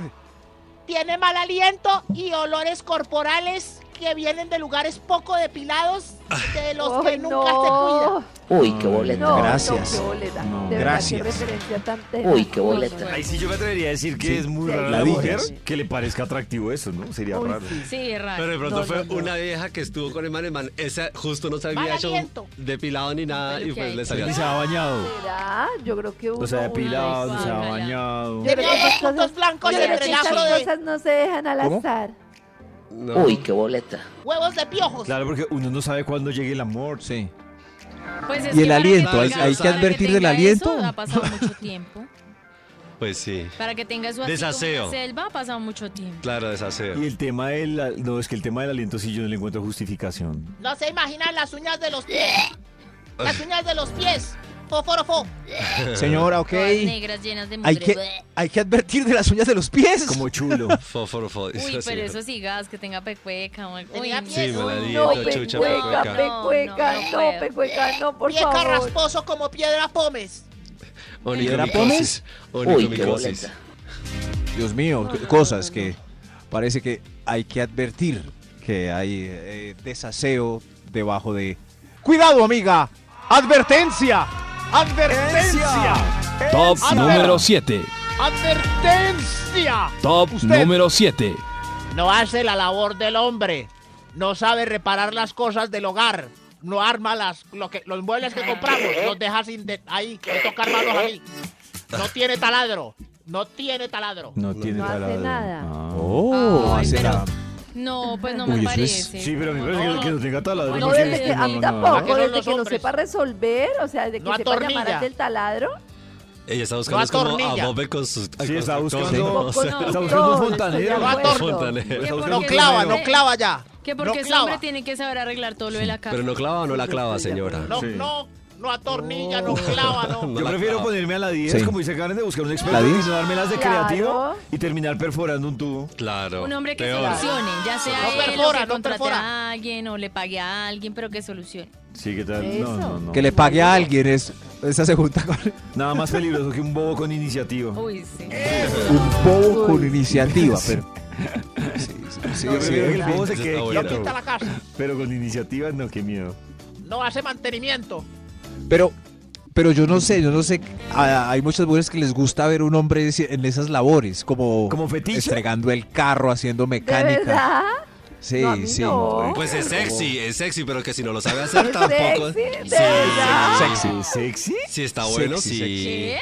[SPEAKER 7] Tiene mal aliento y olores corporales que vienen de lugares poco depilados de los que
[SPEAKER 6] Ay,
[SPEAKER 7] nunca
[SPEAKER 6] no.
[SPEAKER 7] se cuidan.
[SPEAKER 10] Uy, qué boleta.
[SPEAKER 6] No,
[SPEAKER 3] Gracias.
[SPEAKER 6] No, qué boleta.
[SPEAKER 2] No,
[SPEAKER 6] De verdad,
[SPEAKER 3] gracias.
[SPEAKER 6] qué referencia tan tenaz.
[SPEAKER 10] Uy, qué boleta.
[SPEAKER 2] Ahí sí yo me atrevería a decir que
[SPEAKER 3] Sí.
[SPEAKER 2] es muy
[SPEAKER 6] Sí,
[SPEAKER 2] raro la mujer
[SPEAKER 3] ladillas.
[SPEAKER 2] que le parezca atractivo eso, ¿no? Sería
[SPEAKER 6] Uy,
[SPEAKER 2] raro.
[SPEAKER 6] sí.
[SPEAKER 4] Sí, es raro.
[SPEAKER 5] Pero de pronto
[SPEAKER 6] No,
[SPEAKER 5] fue
[SPEAKER 6] no, no.
[SPEAKER 5] una vieja que estuvo con el man, el man, ese justo no se había
[SPEAKER 7] Mal
[SPEAKER 5] hecho
[SPEAKER 7] aliento.
[SPEAKER 5] depilado ni nada y
[SPEAKER 4] Pero
[SPEAKER 5] pues
[SPEAKER 4] ¿qué
[SPEAKER 5] le
[SPEAKER 4] hay?
[SPEAKER 5] salió
[SPEAKER 2] Y
[SPEAKER 5] así.
[SPEAKER 2] se ha bañado.
[SPEAKER 6] ¿Será? Yo creo que uno...
[SPEAKER 2] O sea,
[SPEAKER 6] uno-
[SPEAKER 2] depilado,
[SPEAKER 4] una
[SPEAKER 2] se ha
[SPEAKER 4] vez,
[SPEAKER 2] bañado.
[SPEAKER 6] De
[SPEAKER 7] Tenía
[SPEAKER 6] verdad,
[SPEAKER 7] puntos
[SPEAKER 6] cosas-
[SPEAKER 7] blancos
[SPEAKER 6] de
[SPEAKER 7] en el
[SPEAKER 6] verdad, estas
[SPEAKER 7] relajo de
[SPEAKER 6] cosas no se dejan al
[SPEAKER 3] ¿Cómo?
[SPEAKER 6] azar.
[SPEAKER 5] No.
[SPEAKER 10] Uy, qué boleta.
[SPEAKER 7] huevos de piojos.
[SPEAKER 2] Claro, porque uno no sabe cuándo llegue el amor.
[SPEAKER 3] Sí.
[SPEAKER 4] Pues es
[SPEAKER 3] Y el
[SPEAKER 4] para que
[SPEAKER 3] aliento,
[SPEAKER 4] tenga-
[SPEAKER 5] hay- hay que
[SPEAKER 4] para
[SPEAKER 3] advertir del
[SPEAKER 4] tenga eso,
[SPEAKER 3] aliento.
[SPEAKER 4] ha pasado mucho tiempo.
[SPEAKER 5] Pues sí.
[SPEAKER 4] Para que tenga su así como
[SPEAKER 5] Desaseo.
[SPEAKER 4] una selva ha pasado mucho tiempo.
[SPEAKER 5] Claro, desaseo.
[SPEAKER 2] Y el tema del... No, es que el tema del aliento sí yo no le encuentro justificación.
[SPEAKER 7] No se imaginan las uñas de los pies. Las uñas de los pies. Foforofo.
[SPEAKER 3] Señora, ok.
[SPEAKER 4] Todas negras llenas de
[SPEAKER 3] Hay
[SPEAKER 4] mugre.
[SPEAKER 3] que, hay que advertir de las uñas de los pies.
[SPEAKER 2] Como chulo.
[SPEAKER 5] Fósforo, fósforo.
[SPEAKER 4] Uy,
[SPEAKER 5] sí.
[SPEAKER 4] pero eso sí, gas, que tenga pecueca o algo. Uy,
[SPEAKER 7] Tenía
[SPEAKER 4] no.
[SPEAKER 5] Sí,
[SPEAKER 7] pies.
[SPEAKER 5] mal
[SPEAKER 6] Uy,
[SPEAKER 5] aliento,
[SPEAKER 6] no,
[SPEAKER 5] chucha,
[SPEAKER 6] pecueca,
[SPEAKER 5] pecueca.
[SPEAKER 6] pecueca,
[SPEAKER 4] No, no,
[SPEAKER 6] no,
[SPEAKER 4] no puedo.
[SPEAKER 6] pecueca, no, por
[SPEAKER 7] Pie
[SPEAKER 6] favor.
[SPEAKER 7] carrasposo como piedra pomes.
[SPEAKER 5] Onicomicosis.
[SPEAKER 10] Uy, qué
[SPEAKER 5] Onicomicosis.
[SPEAKER 10] boleta.
[SPEAKER 3] Dios mío, c- cosas que parece que hay que advertir que hay eh, desaseo debajo de...
[SPEAKER 9] Cuidado, amiga. Advertencia. Advertencia.
[SPEAKER 8] Top
[SPEAKER 9] Ah, no,
[SPEAKER 8] número
[SPEAKER 9] pero-
[SPEAKER 8] 7.
[SPEAKER 9] Advertencia.
[SPEAKER 8] Top
[SPEAKER 9] Usted.
[SPEAKER 8] número 7.
[SPEAKER 7] No hace la labor del hombre. No sabe reparar las cosas del hogar. No arma las, lo que, los muebles que compramos. Los deja sin de- ahí. Me toca armarlos a mí. No tiene taladro. No tiene taladro.
[SPEAKER 2] No tiene
[SPEAKER 6] No hace
[SPEAKER 2] taladro.
[SPEAKER 6] nada.
[SPEAKER 2] Ah.
[SPEAKER 3] Oh,
[SPEAKER 4] Ay,
[SPEAKER 3] hace
[SPEAKER 4] pero-
[SPEAKER 3] la-
[SPEAKER 4] No, pues no
[SPEAKER 3] Uy,
[SPEAKER 4] me
[SPEAKER 3] eso es-
[SPEAKER 4] parece.
[SPEAKER 2] Sí, pero a mí me parece que el
[SPEAKER 4] Oh.
[SPEAKER 2] que no tenga taladro.
[SPEAKER 6] No,
[SPEAKER 4] Uy,
[SPEAKER 2] porque-
[SPEAKER 6] desde que a mí
[SPEAKER 2] no, no, no.
[SPEAKER 6] tampoco,
[SPEAKER 7] no, no.
[SPEAKER 6] desde que no sepa resolver, o sea, desde que
[SPEAKER 7] No
[SPEAKER 6] sepa llamar
[SPEAKER 7] atornilla.
[SPEAKER 6] hasta el taladro,
[SPEAKER 5] Ella está
[SPEAKER 7] No
[SPEAKER 5] buscando es como a
[SPEAKER 7] atornilla.
[SPEAKER 5] Bob con sus...
[SPEAKER 2] Sí, está
[SPEAKER 5] con- con-
[SPEAKER 2] buscando-
[SPEAKER 5] con-
[SPEAKER 2] Con- está buscando un fontanero.
[SPEAKER 5] Un
[SPEAKER 2] Bueno.
[SPEAKER 5] fontanero.
[SPEAKER 2] Que
[SPEAKER 7] No clava, no clava ya.
[SPEAKER 4] Que
[SPEAKER 7] No
[SPEAKER 4] porque ese
[SPEAKER 7] clava.
[SPEAKER 4] hombre tiene que saber arreglar todo lo de la casa.
[SPEAKER 5] Pero no clava o no la clava, señora.
[SPEAKER 7] No, no, no atornilla,
[SPEAKER 4] Oh.
[SPEAKER 7] no clava, no.
[SPEAKER 5] No
[SPEAKER 2] Yo
[SPEAKER 5] la
[SPEAKER 2] prefiero
[SPEAKER 5] clava.
[SPEAKER 2] ponirme a la 10,
[SPEAKER 3] Sí.
[SPEAKER 2] como dice Karen, de buscar un
[SPEAKER 3] ¿La
[SPEAKER 2] experto,
[SPEAKER 3] 10?
[SPEAKER 2] y dármelas de
[SPEAKER 6] Claro.
[SPEAKER 2] creativo y terminar perforando un tubo.
[SPEAKER 5] Claro.
[SPEAKER 4] Un hombre que
[SPEAKER 5] peor.
[SPEAKER 4] solucione, ya sea
[SPEAKER 7] No
[SPEAKER 4] él
[SPEAKER 7] perfora,
[SPEAKER 4] o que
[SPEAKER 7] no
[SPEAKER 4] contrate
[SPEAKER 7] perfora.
[SPEAKER 4] a alguien o le pague a alguien, pero que solucione.
[SPEAKER 2] Sí, ¿qué tal? No,
[SPEAKER 6] Eso.
[SPEAKER 2] no, no.
[SPEAKER 3] Que le pague a alguien es esa segunda. con-
[SPEAKER 2] Nada más peligroso que un bobo con iniciativa.
[SPEAKER 4] Uy, sí.
[SPEAKER 3] Un bobo con iniciativa, pero. Sí, sí, sí,
[SPEAKER 2] Yo
[SPEAKER 3] sí,
[SPEAKER 2] prefiero que
[SPEAKER 3] sí.
[SPEAKER 2] el bobo se
[SPEAKER 5] Eso
[SPEAKER 2] quede
[SPEAKER 5] está
[SPEAKER 7] No
[SPEAKER 5] bueno.
[SPEAKER 2] quieto,
[SPEAKER 7] quita la casa,
[SPEAKER 2] pero con iniciativa no, qué miedo.
[SPEAKER 7] no hace mantenimiento.
[SPEAKER 3] Pero, pero yo no sé, yo no sé. a- Hay muchas mujeres que les gusta ver un hombre ese- en esas labores, como,
[SPEAKER 2] ¿Como fetiche?
[SPEAKER 3] estregando el carro, haciendo
[SPEAKER 6] ¿De
[SPEAKER 3] mecánica.
[SPEAKER 6] verdad?
[SPEAKER 3] Sí,
[SPEAKER 6] No, a mí
[SPEAKER 3] sí.
[SPEAKER 6] no.
[SPEAKER 5] Pues es sexy, es sexy, pero que si no lo sabe hacer
[SPEAKER 6] ¿Es
[SPEAKER 5] tampoco.
[SPEAKER 6] sexy? ¿De
[SPEAKER 5] Sí,
[SPEAKER 6] verdad?
[SPEAKER 5] sexy.
[SPEAKER 2] ¿Es Ah. ¿Sexy?
[SPEAKER 5] Sí, está bueno,
[SPEAKER 3] Sexy,
[SPEAKER 5] sí.
[SPEAKER 3] sexy.
[SPEAKER 4] ¿Qué?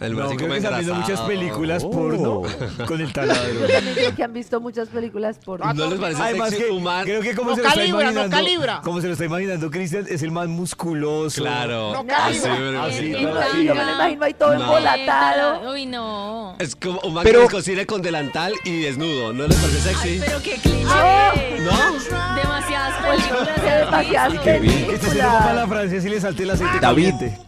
[SPEAKER 5] El
[SPEAKER 2] No,
[SPEAKER 5] brasico
[SPEAKER 2] creo que están viendo
[SPEAKER 5] engrasado.
[SPEAKER 2] muchas películas
[SPEAKER 3] Oh.
[SPEAKER 2] porno con el taladro.
[SPEAKER 6] Pues Yo también creo que han visto muchas películas por.
[SPEAKER 5] ¿No les parece
[SPEAKER 2] Además
[SPEAKER 5] sexy
[SPEAKER 2] que
[SPEAKER 5] humano?
[SPEAKER 2] creo que como
[SPEAKER 7] No
[SPEAKER 2] se
[SPEAKER 7] calibra,
[SPEAKER 2] lo
[SPEAKER 7] no
[SPEAKER 2] está imaginando,
[SPEAKER 7] calibra.
[SPEAKER 2] como se lo está imaginando Cristian, es el más musculoso.
[SPEAKER 5] Claro.
[SPEAKER 7] No,
[SPEAKER 5] así,
[SPEAKER 7] calibra.
[SPEAKER 5] pero-
[SPEAKER 2] Así,
[SPEAKER 4] En
[SPEAKER 2] no,
[SPEAKER 4] tanga,
[SPEAKER 2] Ah, sí, yo me
[SPEAKER 6] lo imagino ahí todo
[SPEAKER 4] en
[SPEAKER 6] embolatado.
[SPEAKER 4] tanga. Uy, no.
[SPEAKER 5] Es como un man
[SPEAKER 3] Pero-
[SPEAKER 5] que se cocina con delantal y desnudo. ¿No les parece
[SPEAKER 4] Ay,
[SPEAKER 5] sexy?
[SPEAKER 4] pero qué cliché.
[SPEAKER 5] ¿No?
[SPEAKER 4] Demasiadas películas.
[SPEAKER 6] Qué Pues, demasiadas
[SPEAKER 3] Qué bien.
[SPEAKER 2] Este se lo para la
[SPEAKER 6] películas.
[SPEAKER 2] Francia si le salte el aceite
[SPEAKER 3] David.
[SPEAKER 2] caliente.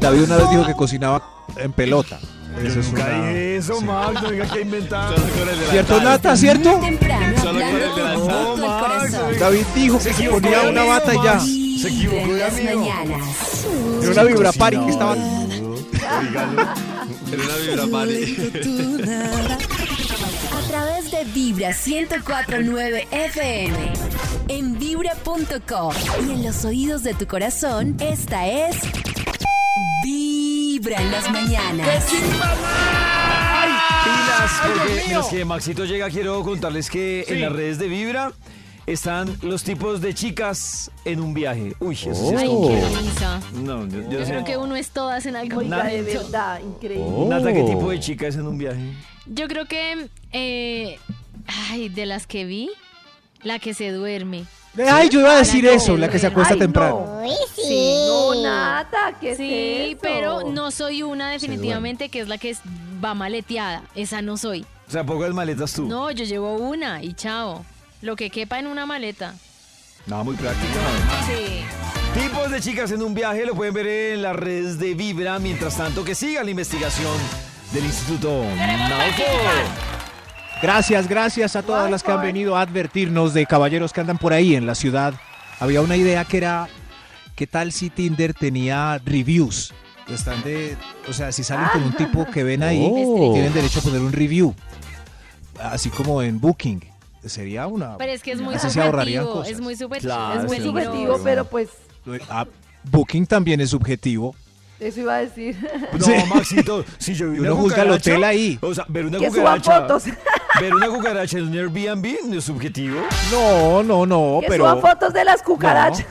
[SPEAKER 3] David una vez dijo que cocinaba en pelota. Eso
[SPEAKER 2] Yo
[SPEAKER 3] es
[SPEAKER 2] nunca
[SPEAKER 3] una-
[SPEAKER 2] dije eso, Max, no diga que ha inventado.
[SPEAKER 5] Solo con el
[SPEAKER 3] ¿Cierto,
[SPEAKER 5] delantal.
[SPEAKER 3] Nata? ¿Cierto?
[SPEAKER 1] Temprano,
[SPEAKER 5] Solo con el
[SPEAKER 1] hablando con
[SPEAKER 5] delantal.
[SPEAKER 1] todo el
[SPEAKER 2] No, Max,
[SPEAKER 1] corazón.
[SPEAKER 2] oiga.
[SPEAKER 3] David dijo que se ponía una bata y ya.
[SPEAKER 2] Se equivocó de
[SPEAKER 1] En las
[SPEAKER 2] amigo.
[SPEAKER 1] mañanas.
[SPEAKER 3] En una vibra party que estaba.
[SPEAKER 5] En una vibra party.
[SPEAKER 1] A través de Vibra 104.9 FM. En vibra.com. Y en los oídos de tu corazón, esta es... Vibra en las mañanas.
[SPEAKER 2] Pilas,
[SPEAKER 7] Ay, Ah, Dios
[SPEAKER 2] porque
[SPEAKER 7] mío.
[SPEAKER 2] mientras que Maxito llega, quiero contarles que en las redes de Vibra están los tipos de chicas en un viaje. Uy, eso sí es
[SPEAKER 4] Ay,
[SPEAKER 2] como-
[SPEAKER 4] qué risa.
[SPEAKER 2] No, yo, yo
[SPEAKER 4] Yo
[SPEAKER 2] sé.
[SPEAKER 4] creo que uno es todas en algún
[SPEAKER 6] Oiga, de
[SPEAKER 4] momento.
[SPEAKER 6] verdad, increíble.
[SPEAKER 2] Nata,
[SPEAKER 3] Oh.
[SPEAKER 2] ¿qué tipo de chicas en un viaje?
[SPEAKER 4] Yo creo que, eh, ay, de las que vi, la que se duerme.
[SPEAKER 3] Eh, Ay, yo iba a decir
[SPEAKER 4] Ay, no,
[SPEAKER 3] eso, la que se
[SPEAKER 4] Ay,
[SPEAKER 3] acuesta
[SPEAKER 6] Ay,
[SPEAKER 3] temprano.
[SPEAKER 6] No. Sí. No, nada, ¿qué es
[SPEAKER 4] Sí,
[SPEAKER 6] eso?
[SPEAKER 4] pero no soy una definitivamente que es la que es- va maleteada. Esa no soy.
[SPEAKER 2] O sea, pocas maletas tú.
[SPEAKER 4] No, yo llevo una y chao. Lo que quepa en una maleta.
[SPEAKER 2] Nada, muy práctica. además.
[SPEAKER 4] Sí.
[SPEAKER 2] Tipos de chicas en un viaje lo pueden ver en las redes de Vibra. Mientras tanto, que sigan la investigación del Instituto Naufo.
[SPEAKER 9] Gracias, gracias a todas las que han venido a advertirnos de caballeros que andan por ahí en la ciudad. Había una idea que era, ¿qué tal si Tinder tenía reviews? Están de, o sea, si salen con un tipo que ven ahí,
[SPEAKER 3] Oh.
[SPEAKER 9] tienen
[SPEAKER 3] tienen
[SPEAKER 9] derecho a poner un review, así como en Booking. Sería una.
[SPEAKER 4] Pero es que es muy
[SPEAKER 9] Así se ahorrarían
[SPEAKER 4] subjetivo.
[SPEAKER 9] cosas.
[SPEAKER 4] Es muy subjetivo.
[SPEAKER 2] Ah, Claro,
[SPEAKER 4] es
[SPEAKER 6] Es muy
[SPEAKER 2] sí.
[SPEAKER 4] peligroso.
[SPEAKER 6] subjetivo, pero pues
[SPEAKER 3] Ah, Booking también es subjetivo.
[SPEAKER 6] eso iba a decir.
[SPEAKER 2] No,
[SPEAKER 3] Sí.
[SPEAKER 2] Maxito, si yo vi
[SPEAKER 3] Y
[SPEAKER 2] una
[SPEAKER 3] uno juzga el
[SPEAKER 2] cucaracha,
[SPEAKER 3] hotel ahí.
[SPEAKER 2] O sea, ver una
[SPEAKER 6] Que suban
[SPEAKER 2] cucaracha.
[SPEAKER 6] fotos.
[SPEAKER 2] Ver una cucaracha en un Airbnb no es subjetivo.
[SPEAKER 3] No, no, no,
[SPEAKER 6] que
[SPEAKER 3] pero.
[SPEAKER 6] suban fotos de las cucarachas.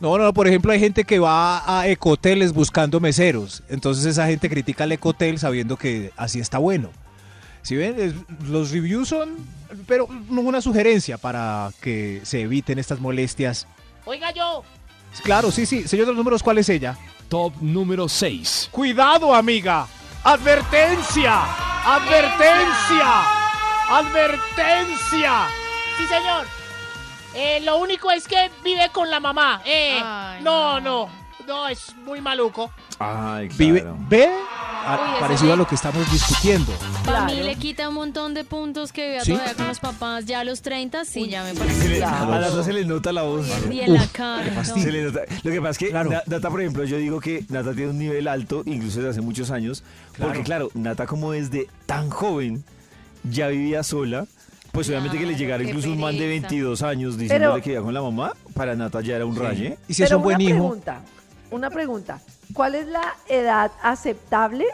[SPEAKER 3] No, no, por ejemplo, hay gente que va a ecoteles buscando meseros. Entonces esa gente critica el ecotel sabiendo que así está bueno. Si ven, Es- los reviews son, pero no una sugerencia para que se eviten estas molestias.
[SPEAKER 7] Oiga yo,
[SPEAKER 3] Claro, sí, sí. Señor de los números, ¿cuál es ella?
[SPEAKER 8] Top número 6.
[SPEAKER 9] Cuidado, amiga. Advertencia. Advertencia. Advertencia.
[SPEAKER 7] sí señor. Eh, lo único es que vive con la mamá. Eh,
[SPEAKER 4] Ay,
[SPEAKER 7] no,
[SPEAKER 4] no.
[SPEAKER 7] no, no, es muy maluco.
[SPEAKER 2] Ay,
[SPEAKER 3] Ah, Vive, ve,
[SPEAKER 4] Uy,
[SPEAKER 3] a-
[SPEAKER 4] esa
[SPEAKER 3] parecido a
[SPEAKER 4] sí.
[SPEAKER 3] lo que estamos discutiendo.
[SPEAKER 4] Para mí
[SPEAKER 6] Claro.
[SPEAKER 4] le quita un montón de puntos que vea
[SPEAKER 3] Sí.
[SPEAKER 4] todavía con los papás. Ya a los 30, sí, ya me parece.
[SPEAKER 2] A Nata se le nota la voz.
[SPEAKER 4] Y en la
[SPEAKER 3] Uf,
[SPEAKER 4] cara. no.
[SPEAKER 3] fastidio.
[SPEAKER 2] Se le nota. Lo que pasa es que
[SPEAKER 3] Claro.
[SPEAKER 2] Na- Nata, por ejemplo, yo digo que Nata tiene un nivel alto, incluso desde hace muchos años, porque claro, Nata como desde tan joven ya vivía sola, pues obviamente que le
[SPEAKER 4] Claro,
[SPEAKER 2] llegara
[SPEAKER 4] qué
[SPEAKER 2] incluso un man de
[SPEAKER 4] pereza.
[SPEAKER 2] 22 años diciéndole
[SPEAKER 6] Pero-
[SPEAKER 2] que iba con la mamá, para Nata ya era un raye.
[SPEAKER 3] Y si es
[SPEAKER 6] Pero
[SPEAKER 3] un buen
[SPEAKER 6] una
[SPEAKER 3] hijo,
[SPEAKER 6] Pregunta, una pregunta. ¿Cuál es la edad aceptable?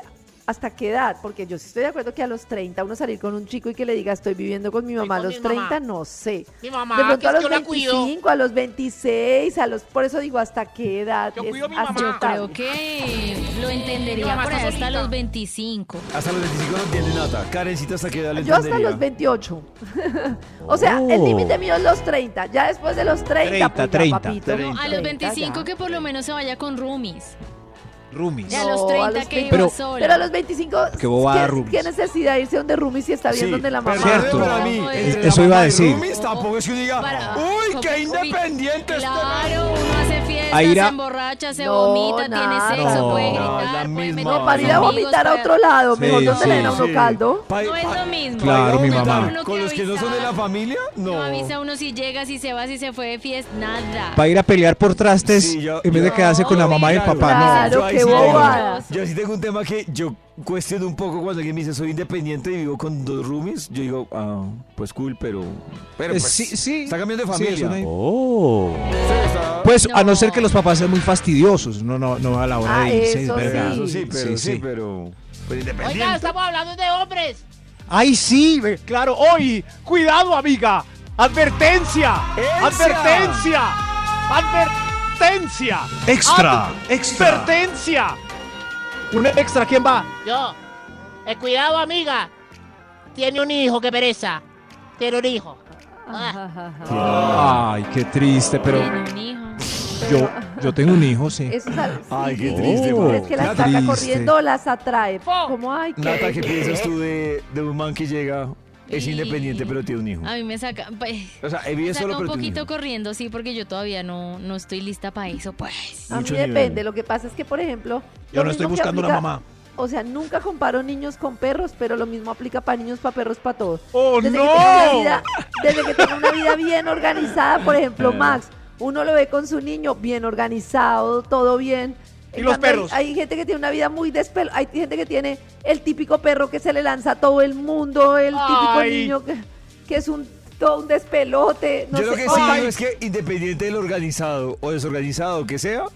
[SPEAKER 6] ¿Hasta qué edad? Porque yo sí estoy de acuerdo que a los 30 uno salir con un chico y que le diga estoy viviendo con mi mamá a
[SPEAKER 7] con
[SPEAKER 6] los
[SPEAKER 7] mi mamá.
[SPEAKER 6] 30, no sé.
[SPEAKER 7] Mi mamá,
[SPEAKER 6] de pronto
[SPEAKER 7] que
[SPEAKER 6] a
[SPEAKER 7] es
[SPEAKER 6] los
[SPEAKER 7] que yo la cuido.
[SPEAKER 6] 25, a los 26, a los por eso digo hasta qué edad.
[SPEAKER 7] Yo
[SPEAKER 6] es
[SPEAKER 7] cuido a mi mamá.
[SPEAKER 4] Yo creo
[SPEAKER 6] aceptable?
[SPEAKER 4] que lo
[SPEAKER 7] Mi
[SPEAKER 4] entendería
[SPEAKER 7] mamá
[SPEAKER 4] por
[SPEAKER 7] está
[SPEAKER 4] ahí hasta
[SPEAKER 7] solita.
[SPEAKER 4] los 25.
[SPEAKER 2] Hasta los 25 no tiene Nata. Karencita hasta que edad le
[SPEAKER 6] Yo hasta
[SPEAKER 2] entendería?
[SPEAKER 6] los 28. o sea,
[SPEAKER 9] Oh.
[SPEAKER 6] el límite mío es los 30. Ya después de los 30,
[SPEAKER 3] 30,
[SPEAKER 6] pues ya,
[SPEAKER 3] 30,
[SPEAKER 6] papito.
[SPEAKER 2] 30.
[SPEAKER 4] A los
[SPEAKER 6] 30, ya.
[SPEAKER 4] 25 que por lo menos se vaya con roomies.
[SPEAKER 9] Rumis.
[SPEAKER 4] Y a los
[SPEAKER 6] No,
[SPEAKER 4] 30
[SPEAKER 6] los
[SPEAKER 4] que iba
[SPEAKER 6] 20.
[SPEAKER 9] Pero-
[SPEAKER 4] sola.
[SPEAKER 6] Pero a los 25,
[SPEAKER 9] Qué bobada,
[SPEAKER 6] ¿qué,
[SPEAKER 9] Rumis.
[SPEAKER 6] qué necesidad de irse donde Rumi si está bien
[SPEAKER 2] Sí,
[SPEAKER 6] donde la mamá?
[SPEAKER 2] perdóneme,
[SPEAKER 9] Cierto.
[SPEAKER 2] pero a mí,
[SPEAKER 4] Eso
[SPEAKER 2] entre la
[SPEAKER 9] iba a
[SPEAKER 2] mamá y
[SPEAKER 9] decir.
[SPEAKER 2] Rumis, tampoco es que uno diga,
[SPEAKER 4] Para-
[SPEAKER 2] uy, qué
[SPEAKER 4] Uy,
[SPEAKER 2] independiente este
[SPEAKER 4] Claro, uno hace fiesta,
[SPEAKER 9] Aira-
[SPEAKER 4] se emborracha, se
[SPEAKER 6] No,
[SPEAKER 4] vomita,
[SPEAKER 6] nada.
[SPEAKER 4] tiene sexo,
[SPEAKER 9] No,
[SPEAKER 4] puede
[SPEAKER 9] no,
[SPEAKER 4] gritar,
[SPEAKER 2] es la
[SPEAKER 4] puede
[SPEAKER 2] misma
[SPEAKER 4] meter
[SPEAKER 2] vaina.
[SPEAKER 6] No, para ir a
[SPEAKER 4] amigos,
[SPEAKER 6] vomitar a
[SPEAKER 4] para-
[SPEAKER 6] otro lado, mejor
[SPEAKER 9] Sí,
[SPEAKER 6] donde
[SPEAKER 9] sí,
[SPEAKER 6] le den a uno
[SPEAKER 2] sí.
[SPEAKER 6] caldo.
[SPEAKER 2] Pa-
[SPEAKER 4] No es
[SPEAKER 2] pa-
[SPEAKER 4] lo mismo.
[SPEAKER 9] Claro,
[SPEAKER 2] Oiga,
[SPEAKER 9] mi
[SPEAKER 2] hombre,
[SPEAKER 9] mamá.
[SPEAKER 2] tan- Con los que no son de la familia,
[SPEAKER 4] No avisa
[SPEAKER 2] no.
[SPEAKER 4] uno si llega, si se va, si se fue de fiesta, nada.
[SPEAKER 9] Va a ir a pelear por trastes
[SPEAKER 2] Sí, yo-
[SPEAKER 9] en vez de
[SPEAKER 2] yo-
[SPEAKER 9] quedarse con la mamá y el
[SPEAKER 2] Claro,
[SPEAKER 9] papá. No.
[SPEAKER 6] Claro,
[SPEAKER 2] yo ahí
[SPEAKER 6] qué
[SPEAKER 2] sí tengo-
[SPEAKER 6] bobada.
[SPEAKER 2] Yo sí tengo un tema que yo cuestiono un poco cuando alguien me dice soy independiente y vivo con dos roomies. Yo digo, ah, pues cool, pero. Pero
[SPEAKER 9] Eh,
[SPEAKER 2] pues,
[SPEAKER 9] sí, sí.
[SPEAKER 2] Está cambiando de
[SPEAKER 9] Sí, es
[SPEAKER 2] familia.
[SPEAKER 9] una-
[SPEAKER 2] Sí, está-
[SPEAKER 9] Pues a no
[SPEAKER 4] No.
[SPEAKER 9] ser que los papás sean muy fastidiosos, no, no, no a la hora
[SPEAKER 6] Ah,
[SPEAKER 9] de irse.
[SPEAKER 6] eso
[SPEAKER 9] es verdad.
[SPEAKER 6] sí.
[SPEAKER 2] Eso sí, pero sí,
[SPEAKER 9] sí.
[SPEAKER 2] pero. pero
[SPEAKER 7] Oiga,
[SPEAKER 2] independiente.
[SPEAKER 7] estamos hablando de hombres.
[SPEAKER 9] ¡Ay, sí! ve- ¡Claro! ¡Hoy! ¡Cuidado, amiga! ¡Advertencia!
[SPEAKER 2] ¡Encia!
[SPEAKER 9] ¡Advertencia! ¡Advertencia!
[SPEAKER 3] Extra,
[SPEAKER 9] Ad-
[SPEAKER 3] extra.
[SPEAKER 9] ¡Advertencia! ¿Un extra quién va?
[SPEAKER 7] Yo. Eh, cuidado, amiga. Tiene un hijo, qué pereza. Tiene un hijo. Ah,
[SPEAKER 9] Ay, qué triste, pero
[SPEAKER 4] Tiene un hijo.
[SPEAKER 9] yo, yo tengo un hijo, sí.
[SPEAKER 6] Eso es algo-
[SPEAKER 2] Ay,
[SPEAKER 6] sí,
[SPEAKER 2] qué
[SPEAKER 6] sí,
[SPEAKER 2] triste,
[SPEAKER 6] sí,
[SPEAKER 2] bro.
[SPEAKER 6] Es que las
[SPEAKER 9] Nata.
[SPEAKER 6] saca
[SPEAKER 9] Oh, Triste.
[SPEAKER 6] corriendo, las atrae. Como, ay, qué.
[SPEAKER 2] Nata, ¿qué piensas tú de, de un man que llega, es
[SPEAKER 4] Y-
[SPEAKER 2] independiente, pero tiene un hijo?
[SPEAKER 4] A mí me saca. pues,
[SPEAKER 2] O sea,
[SPEAKER 4] me
[SPEAKER 2] vive solo,
[SPEAKER 4] saca un
[SPEAKER 2] pero tiene
[SPEAKER 4] poquito
[SPEAKER 2] un hijo.
[SPEAKER 4] corriendo, sí, porque yo todavía no, no estoy lista para eso, pues.
[SPEAKER 6] A mí
[SPEAKER 2] Mucho
[SPEAKER 6] depende.
[SPEAKER 2] nivel.
[SPEAKER 6] Lo que pasa es que, por ejemplo.
[SPEAKER 9] Yo
[SPEAKER 6] lo
[SPEAKER 9] no estoy
[SPEAKER 6] mismo que
[SPEAKER 9] buscando una
[SPEAKER 6] aplica-
[SPEAKER 9] mamá.
[SPEAKER 6] O sea, nunca comparo niños con perros, pero lo mismo aplica para niños, para perros, para todos.
[SPEAKER 9] ¡Oh,
[SPEAKER 6] desde Que tenga una vida, desde que tenga una vida bien organizada, por ejemplo,
[SPEAKER 9] Ah.
[SPEAKER 6] Max, uno lo ve con su niño bien organizado, todo bien.
[SPEAKER 9] ¿Y
[SPEAKER 6] En cambio,
[SPEAKER 9] los
[SPEAKER 6] hay-
[SPEAKER 9] perros?
[SPEAKER 6] Hay, gente que tiene una vida muy despel... Hay gente que tiene el típico perro que se le lanza a todo el mundo, el típico
[SPEAKER 9] Ay.
[SPEAKER 6] niño que, que es un, todo un despelote. No
[SPEAKER 2] Yo lo
[SPEAKER 6] sé,
[SPEAKER 2] que sí digo es que independiente del organizado o desorganizado que sea,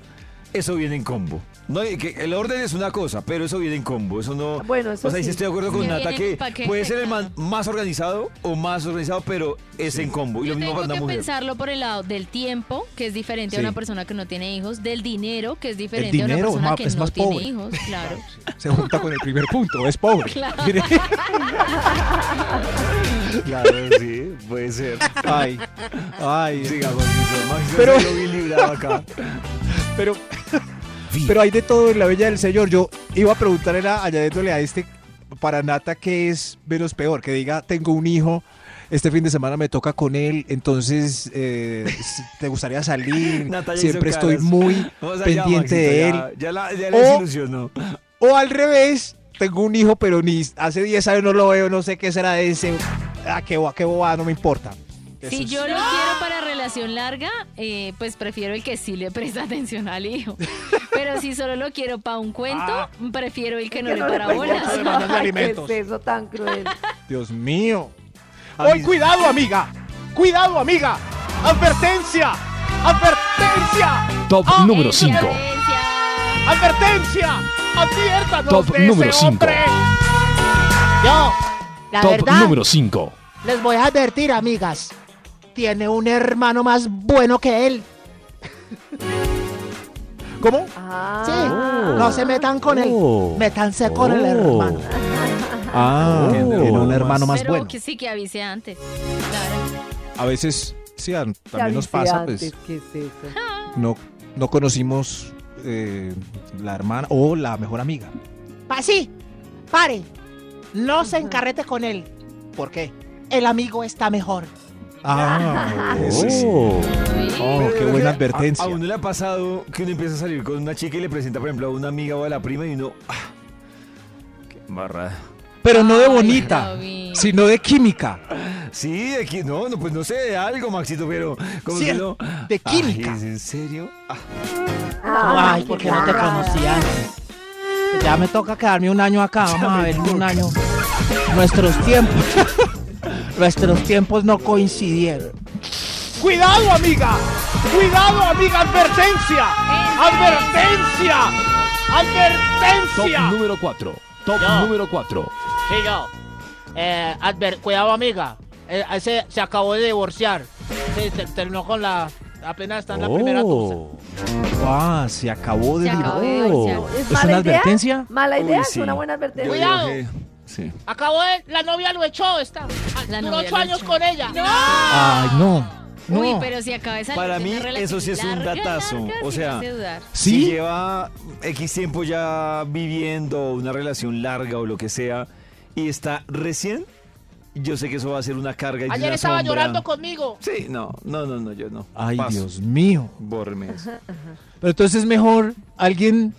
[SPEAKER 2] eso viene en combo. No, y que el orden es una cosa, pero eso viene en combo. Eso no.
[SPEAKER 6] Bueno, eso
[SPEAKER 2] o sea, y sí
[SPEAKER 6] sí.
[SPEAKER 2] estoy de acuerdo con
[SPEAKER 4] Que
[SPEAKER 2] Nata
[SPEAKER 4] viene en
[SPEAKER 2] que
[SPEAKER 4] paquete,
[SPEAKER 2] puede ser el man más organizado o más organizado, pero es en combo. Y
[SPEAKER 4] Yo
[SPEAKER 2] lo mismo
[SPEAKER 4] tengo
[SPEAKER 2] para una
[SPEAKER 4] que
[SPEAKER 2] mujer.
[SPEAKER 4] pensarlo por el lado del tiempo, que es diferente a
[SPEAKER 9] Sí.
[SPEAKER 4] una persona que no tiene hijos, del dinero, que es diferente a
[SPEAKER 9] dinero
[SPEAKER 4] una
[SPEAKER 9] es
[SPEAKER 4] persona
[SPEAKER 9] más-
[SPEAKER 4] que
[SPEAKER 9] es
[SPEAKER 4] no
[SPEAKER 9] más
[SPEAKER 4] tiene
[SPEAKER 9] pobre.
[SPEAKER 4] hijos, claro.
[SPEAKER 9] Se junta con el primer punto, es pobre. Mire.
[SPEAKER 2] Claro, sí, puede ser.
[SPEAKER 9] Ay, ay.
[SPEAKER 2] Sigamos, Max,
[SPEAKER 9] Pero-
[SPEAKER 2] pero... bien librado acá.
[SPEAKER 9] Pero, pero hay de todo en la Bella del Señor. Yo iba a preguntarle a, añadiéndole a este para Nata que es menos peor, que diga, tengo un hijo, este fin de semana me toca con él, entonces eh, s- te gustaría salir,
[SPEAKER 2] Nata ya hizo
[SPEAKER 9] siempre estoy
[SPEAKER 2] caras.
[SPEAKER 9] muy
[SPEAKER 2] Vamos allá,
[SPEAKER 9] pendiente de él.
[SPEAKER 2] Maxito, Ya, ya la, ya la
[SPEAKER 9] O-
[SPEAKER 2] desilusionó.
[SPEAKER 9] O al revés, tengo un hijo, pero ni hace 10 años no lo veo, no sé qué será de ese, a qué, bo- a qué bobada, no me importa.
[SPEAKER 4] Si yo lo quiero para relación larga, eh, pues prefiero el que sí le presta atención al hijo. Pero si solo lo quiero para un cuento,
[SPEAKER 2] Ah.
[SPEAKER 4] prefiero el que no le para bolas.
[SPEAKER 9] Además, no hace
[SPEAKER 6] Ay, qué
[SPEAKER 9] alimentos.
[SPEAKER 6] es eso tan cruel.
[SPEAKER 9] Dios mío.
[SPEAKER 2] A
[SPEAKER 9] Hoy,
[SPEAKER 2] mí-
[SPEAKER 9] cuidado, amiga. Cuidado, amiga. Advertencia. Advertencia.
[SPEAKER 8] Top
[SPEAKER 9] Ah,
[SPEAKER 8] número 5.
[SPEAKER 4] Violencia.
[SPEAKER 9] Advertencia. Adviértanos
[SPEAKER 8] Top
[SPEAKER 9] de ese
[SPEAKER 8] número cinco.
[SPEAKER 9] hombre.
[SPEAKER 7] Yo. La
[SPEAKER 8] Top
[SPEAKER 7] verdad,
[SPEAKER 8] número 5.
[SPEAKER 7] les voy a advertir, amigas. Tiene un hermano más bueno que él.
[SPEAKER 9] ¿Cómo?
[SPEAKER 6] Ah.
[SPEAKER 7] Sí.
[SPEAKER 9] Oh.
[SPEAKER 7] No se metan con
[SPEAKER 8] Oh.
[SPEAKER 7] él. Métanse
[SPEAKER 2] Oh.
[SPEAKER 7] con el hermano.
[SPEAKER 9] Ah, tiene un hermano más
[SPEAKER 4] Pero
[SPEAKER 9] bueno.
[SPEAKER 4] que sí que avise antes. Claro.
[SPEAKER 9] A veces, sí, a-
[SPEAKER 6] Te
[SPEAKER 9] también nos
[SPEAKER 6] avisé
[SPEAKER 9] pasa,
[SPEAKER 6] antes,
[SPEAKER 9] pues,
[SPEAKER 6] ¿qué es eso?
[SPEAKER 9] no, no conocimos eh, la hermana o la mejor amiga.
[SPEAKER 7] Pa sí, pare. No se encarrete con él. ¿Por qué? El amigo está mejor.
[SPEAKER 9] Ah, ese sí. Oh, qué
[SPEAKER 2] Pero
[SPEAKER 9] buena
[SPEAKER 2] es que
[SPEAKER 9] advertencia.
[SPEAKER 2] A, a uno le ha pasado que uno empieza a salir con una chica y le presenta, por ejemplo, a una amiga o a la prima y uno. ah, qué embarrada.
[SPEAKER 9] Pero no de
[SPEAKER 4] Ay,
[SPEAKER 9] bonita,
[SPEAKER 4] David.
[SPEAKER 9] sino de química.
[SPEAKER 2] Sí, aquí, no, no, pues no sé de algo, Maxito, pero. Como
[SPEAKER 9] Sí,
[SPEAKER 2] que uno,
[SPEAKER 9] de
[SPEAKER 2] "Ay,
[SPEAKER 9] química".
[SPEAKER 2] ¿es ¿En serio? Ah,
[SPEAKER 6] Ah.
[SPEAKER 7] Ay, ¿por qué no te conocía antes? Ya me toca quedarme un año acá. Vamos a ver un año. Nuestros tiempos. Nuestros tiempos no coincidieron.
[SPEAKER 9] ¡Cuidado, amiga! ¡Cuidado, amiga! ¡Advertencia! ¡Advertencia!
[SPEAKER 8] Top
[SPEAKER 9] ¡Advertencia!
[SPEAKER 8] número 4. Top
[SPEAKER 7] Yo.
[SPEAKER 8] número 4.
[SPEAKER 7] Sí, yo. Eh, adver- cuidado, amiga. Eh, ese se acabó de divorciar. Sí, te- terminó con la. Apenas está en la primera
[SPEAKER 3] Oh.
[SPEAKER 7] tusa.
[SPEAKER 9] Ah, se acabó
[SPEAKER 4] Se
[SPEAKER 9] de
[SPEAKER 4] acabó de
[SPEAKER 9] divorciar.
[SPEAKER 4] divorciar.
[SPEAKER 6] ¿Es
[SPEAKER 9] ¿Es una
[SPEAKER 6] mala idea?
[SPEAKER 9] advertencia?
[SPEAKER 6] ¿Mala
[SPEAKER 2] Uy,
[SPEAKER 6] idea?
[SPEAKER 2] sí.
[SPEAKER 6] ¿Es una buena
[SPEAKER 2] yo digo
[SPEAKER 6] advertencia?
[SPEAKER 7] Cuidado.
[SPEAKER 2] que- Sí.
[SPEAKER 7] Acabó de. La novia lo echó, está. Ah,
[SPEAKER 4] La
[SPEAKER 7] Duró
[SPEAKER 4] novia
[SPEAKER 7] ocho
[SPEAKER 4] lo
[SPEAKER 7] años
[SPEAKER 4] echó.
[SPEAKER 7] con ella.
[SPEAKER 9] Ay, no.
[SPEAKER 4] Uy,
[SPEAKER 2] No.
[SPEAKER 4] pero si acaba de salir.
[SPEAKER 2] Para
[SPEAKER 4] de
[SPEAKER 2] mí
[SPEAKER 4] una relación
[SPEAKER 2] eso sí es un
[SPEAKER 4] larga,
[SPEAKER 2] datazo.
[SPEAKER 4] larga,
[SPEAKER 2] o
[SPEAKER 4] sí
[SPEAKER 2] sea,
[SPEAKER 4] me hace dudar.
[SPEAKER 2] si lleva X tiempo ya viviendo una relación larga o lo que sea y está recién, yo sé que eso va a ser una carga y
[SPEAKER 7] Ayer
[SPEAKER 2] una
[SPEAKER 7] estaba
[SPEAKER 2] sombra.
[SPEAKER 7] llorando conmigo.
[SPEAKER 2] Sí, no, no, no, no, yo no.
[SPEAKER 9] Ay,
[SPEAKER 2] Paso.
[SPEAKER 9] Dios mío.
[SPEAKER 2] Bórreme eso.
[SPEAKER 9] Pero entonces mejor alguien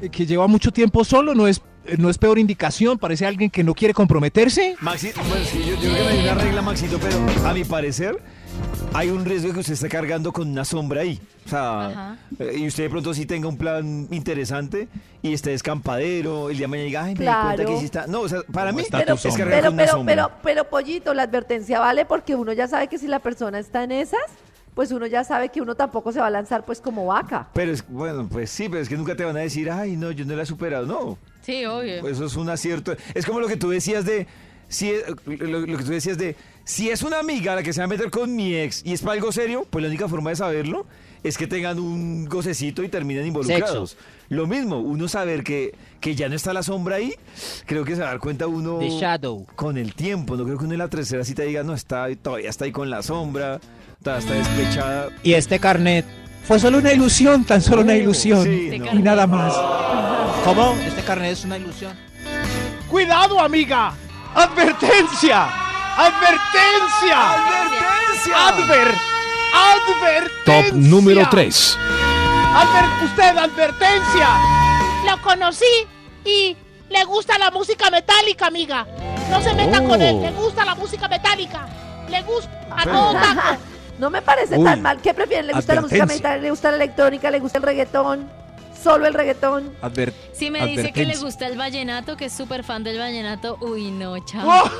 [SPEAKER 9] eh, que lleva mucho tiempo solo no es eh, no es peor indicación, parece alguien que no quiere comprometerse.
[SPEAKER 2] Maxi, bueno, sí, yo, yo creo que no hay una regla, Maxito, pero a mi parecer hay un riesgo que usted está cargando con una sombra ahí. O sea,
[SPEAKER 4] Ajá.
[SPEAKER 2] eh, y usted de pronto sí tenga un plan interesante y esté descampadero, el día de mañana diga, ay, me di cuenta
[SPEAKER 6] Claro.
[SPEAKER 2] que sí está. No, o sea, para mí
[SPEAKER 3] está tu
[SPEAKER 2] es
[SPEAKER 3] sombra?
[SPEAKER 2] cargar
[SPEAKER 6] Pero,
[SPEAKER 2] con una
[SPEAKER 6] pero,
[SPEAKER 2] sombra.
[SPEAKER 6] pero, pero, pollito, la advertencia vale porque uno ya sabe que si la persona está en esas, pues uno ya sabe que uno tampoco se va a lanzar pues como vaca.
[SPEAKER 2] Pero es, bueno, pues sí, pero es que nunca te van a decir, ay, no, yo no la he superado. No,
[SPEAKER 4] Sí, obvio.
[SPEAKER 2] Pues eso es un acierto. Es como lo que tú decías de, si es- lo, lo que tú decías de, si es una amiga la que se va a meter con mi ex y es para algo serio, pues la única forma de saberlo es que tengan un gocecito y terminen involucrados. Lo mismo, uno saber que, que ya no está la sombra ahí, creo que se va a dar cuenta uno
[SPEAKER 7] The shadow.
[SPEAKER 2] con el tiempo. No creo que uno en la tercera cita diga, no, está, todavía está ahí con la sombra, todavía está despechada. Oh,
[SPEAKER 9] Y este carnet fue solo una ilusión, tan solo una ilusión
[SPEAKER 2] Sí,
[SPEAKER 4] Este
[SPEAKER 2] no.
[SPEAKER 9] y nada más. ¿Cómo? Este carnet es una ilusión.
[SPEAKER 7] ¡Cuidado, amiga!
[SPEAKER 9] ¡Advertencia!
[SPEAKER 7] ¡Advertencia!
[SPEAKER 2] ¡Advertencia!
[SPEAKER 7] ¡Adver! ¡Advertencia!
[SPEAKER 8] Top número 3.
[SPEAKER 7] Adver- ¡Usted, advertencia! Lo conocí y le gusta la música metálica, amiga. No se meta
[SPEAKER 8] Oh.
[SPEAKER 7] con él, le gusta la música metálica. Le gusta a todo taco.
[SPEAKER 6] No me parece
[SPEAKER 9] Uy,
[SPEAKER 6] tan mal. ¿Qué prefieren? ¿Le gusta la música
[SPEAKER 9] advertencia.
[SPEAKER 6] metal? ¿Le gusta la electrónica? ¿Le gusta el reggaetón? ¿Solo el reggaetón?
[SPEAKER 9] Adver-
[SPEAKER 4] Si me dice que le
[SPEAKER 9] advertencia.
[SPEAKER 4] gusta el vallenato, que es súper fan del vallenato, uy, no, chao.
[SPEAKER 9] Oh.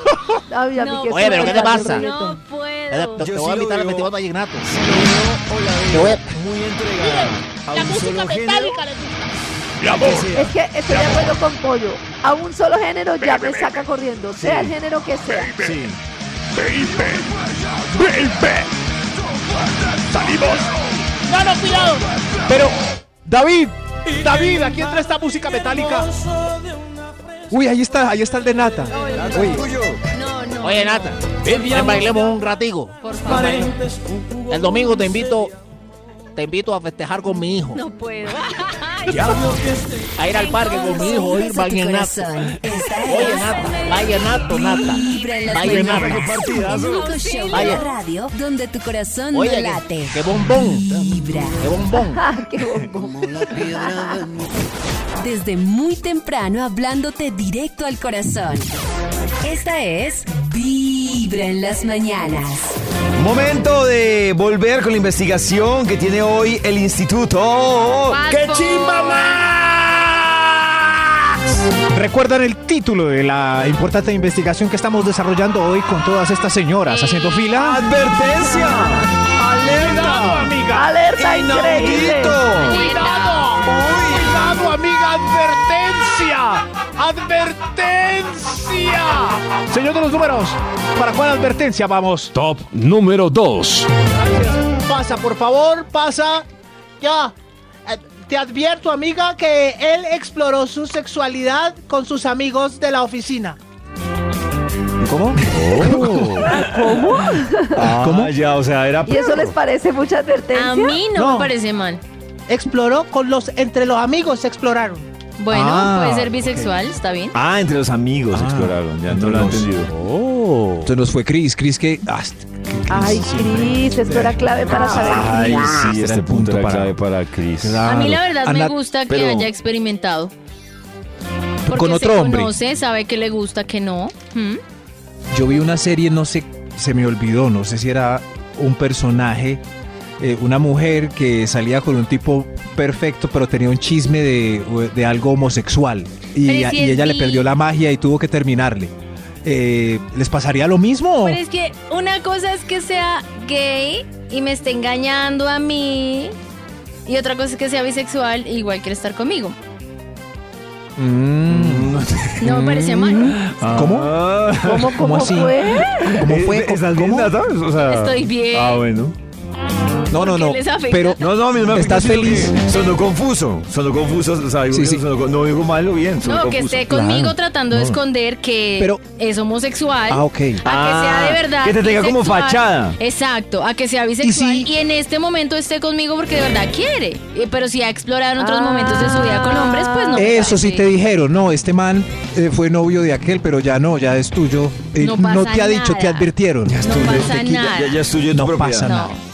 [SPEAKER 6] Ay, a mí
[SPEAKER 4] No,
[SPEAKER 6] que
[SPEAKER 4] Oye,
[SPEAKER 6] sí
[SPEAKER 4] pero
[SPEAKER 6] me
[SPEAKER 4] ¿qué te
[SPEAKER 6] encanta el
[SPEAKER 4] no
[SPEAKER 6] reggaetón.
[SPEAKER 4] puedo.
[SPEAKER 2] Yo sí lo veo-
[SPEAKER 9] vallenato.
[SPEAKER 2] Sí, lo veo o la veo muy entregada a
[SPEAKER 7] La
[SPEAKER 2] un
[SPEAKER 7] música
[SPEAKER 2] solo género.
[SPEAKER 7] metálica le gusta.
[SPEAKER 6] Es que estoy de acuerdo con Pollo. A un solo género ya me saca corriendo, sea el género que sea.
[SPEAKER 2] Sí.
[SPEAKER 7] No, no, cuidado.
[SPEAKER 9] Pero, David, David, aquí entra esta música metálica. Uy, ahí está, ahí está el de Nata. Uy,
[SPEAKER 4] No, no.
[SPEAKER 7] Oye,
[SPEAKER 4] no.
[SPEAKER 7] Nata, ven, bailemos un ratico.
[SPEAKER 4] Por favor,
[SPEAKER 7] El domingo te invito, te invito a festejar con mi hijo.
[SPEAKER 4] no puedo.
[SPEAKER 7] A ir al parque con mi hijo,
[SPEAKER 1] Los
[SPEAKER 7] oír
[SPEAKER 1] oídos de tu
[SPEAKER 7] vallenato.
[SPEAKER 1] corazón. Esta
[SPEAKER 7] Oye,
[SPEAKER 1] es
[SPEAKER 7] Nata, vallenato, Nata.
[SPEAKER 1] Vibra en las
[SPEAKER 7] Vallenato.
[SPEAKER 1] mañanas.
[SPEAKER 2] Qué
[SPEAKER 1] El
[SPEAKER 2] partidazo.
[SPEAKER 1] único show de
[SPEAKER 7] Vaya.
[SPEAKER 1] la radio donde tu corazón no
[SPEAKER 7] Oye,
[SPEAKER 1] late.
[SPEAKER 7] qué, qué bombón,
[SPEAKER 1] Vibra.
[SPEAKER 7] qué bombón.
[SPEAKER 6] Ah, qué bombo.
[SPEAKER 1] Desde muy temprano hablándote directo al corazón. Esta es Vibra en las mañanas.
[SPEAKER 2] Momento de volver con la investigación que tiene hoy el instituto.
[SPEAKER 4] ¡Qué chimba,
[SPEAKER 9] Recuerdan el título de la importante investigación que estamos desarrollando hoy con todas estas señoras haciendo fila.
[SPEAKER 2] ¡Advertencia! ¡Alerta!
[SPEAKER 6] Alerta increíble.
[SPEAKER 7] ¡Cuidado, amiga! ¡Advertencia! ¡Advertencia!
[SPEAKER 9] Señor de los números, ¿para cuál advertencia vamos?
[SPEAKER 8] Top número 2.
[SPEAKER 7] Pasa, por favor, pasa. Ya. Eh, Te advierto, amiga, que él exploró su sexualidad con sus amigos de la oficina.
[SPEAKER 9] ¿Cómo?
[SPEAKER 2] ¿Cómo? Ah, Ya, o sea, era.
[SPEAKER 6] ¿Y eso les parece mucha advertencia?
[SPEAKER 4] A mí no,
[SPEAKER 9] No.
[SPEAKER 4] me parece mal.
[SPEAKER 7] Exploró con los. Entre los amigos se exploraron.
[SPEAKER 4] Bueno,
[SPEAKER 9] Ah,
[SPEAKER 4] puede ser bisexual, está bien.
[SPEAKER 2] Ah, entre los amigos
[SPEAKER 9] Ah, Oh.
[SPEAKER 2] exploraron, ya no
[SPEAKER 9] entre
[SPEAKER 2] lo han
[SPEAKER 9] los-
[SPEAKER 2] entendido.
[SPEAKER 9] Entonces nos fue Cris, Cris que... ah, este-
[SPEAKER 6] Ay, Cris, esto era clave para saber.
[SPEAKER 2] Ay, sí,
[SPEAKER 9] Era
[SPEAKER 2] este
[SPEAKER 9] el punto
[SPEAKER 2] punto era
[SPEAKER 9] para-
[SPEAKER 2] clave para Chris.
[SPEAKER 9] Claro.
[SPEAKER 4] A mí la verdad me
[SPEAKER 9] Ana-
[SPEAKER 4] gusta que
[SPEAKER 2] pero-
[SPEAKER 4] haya experimentado. Porque
[SPEAKER 9] Con otro
[SPEAKER 4] se
[SPEAKER 9] hombre.
[SPEAKER 4] conoce, sabe que le gusta, que no. ¿Mm?
[SPEAKER 9] Yo vi una serie, no sé, se me olvidó, no sé si era un personaje, eh, una mujer que salía con un tipo perfecto, pero tenía un chisme de, de algo homosexual. Y,
[SPEAKER 4] Pero
[SPEAKER 9] a-
[SPEAKER 4] si
[SPEAKER 9] y
[SPEAKER 4] es
[SPEAKER 9] ella le
[SPEAKER 4] bi.
[SPEAKER 9] perdió la magia y tuvo que terminarle. Eh, ¿Les pasaría lo mismo?
[SPEAKER 4] Pero es que una cosa es que sea gay y me esté engañando a mí. Y otra cosa es que sea bisexual e igual quiere estar conmigo.
[SPEAKER 9] Mm.
[SPEAKER 4] No me parece mal.
[SPEAKER 9] ¿Cómo?
[SPEAKER 6] ¿Cómo,
[SPEAKER 9] ¿Cómo
[SPEAKER 6] cómo
[SPEAKER 9] así?
[SPEAKER 6] fue?
[SPEAKER 9] ¿Cómo fue?
[SPEAKER 2] Ah. Eh, ¿Estás bien,
[SPEAKER 9] ¿Cómo?
[SPEAKER 2] Nata? O sea,
[SPEAKER 4] Estoy bien.
[SPEAKER 2] Ah, bueno.
[SPEAKER 3] No, no,
[SPEAKER 4] ¿Por qué
[SPEAKER 3] no.
[SPEAKER 4] les afecta?
[SPEAKER 3] Pero
[SPEAKER 2] No, no, a mí no me
[SPEAKER 3] estás
[SPEAKER 2] afecta, sino
[SPEAKER 3] feliz.
[SPEAKER 2] que Sonó confuso, sonó confuso, o sea, digo
[SPEAKER 3] Sí,
[SPEAKER 2] que
[SPEAKER 3] sí.
[SPEAKER 2] sonó con- no digo malo, bien, sonó
[SPEAKER 4] No, que
[SPEAKER 2] confuso.
[SPEAKER 4] esté conmigo
[SPEAKER 3] Claro.
[SPEAKER 4] tratando de
[SPEAKER 3] No.
[SPEAKER 4] esconder que
[SPEAKER 3] Pero-
[SPEAKER 4] es homosexual.
[SPEAKER 3] Ah, ok.
[SPEAKER 4] A que sea de
[SPEAKER 2] Ah,
[SPEAKER 4] verdad.
[SPEAKER 2] que te tenga como
[SPEAKER 4] bisexual.
[SPEAKER 2] fachada.
[SPEAKER 4] Exacto, a que sea bisexual.
[SPEAKER 3] ¿Y
[SPEAKER 4] Y,
[SPEAKER 3] si-
[SPEAKER 4] en este momento esté conmigo porque de verdad quiere. Eh, Pero si ha explorado en otros
[SPEAKER 6] Ah.
[SPEAKER 4] momentos de su vida con hombres, pues no. me
[SPEAKER 3] Eso sí
[SPEAKER 4] parece.
[SPEAKER 3] te dijeron, no, este man eh, fue novio de aquel, pero ya no, ya es tuyo. Eh,
[SPEAKER 4] No
[SPEAKER 3] no,
[SPEAKER 4] pasa
[SPEAKER 3] te ha dicho, te
[SPEAKER 4] nada.
[SPEAKER 3] advirtieron.
[SPEAKER 4] No pasa
[SPEAKER 2] Aquí Este, ya-
[SPEAKER 4] nada.
[SPEAKER 2] Ya, ya es tuyo y tu
[SPEAKER 3] No
[SPEAKER 2] propiedad.
[SPEAKER 3] pasa
[SPEAKER 4] No.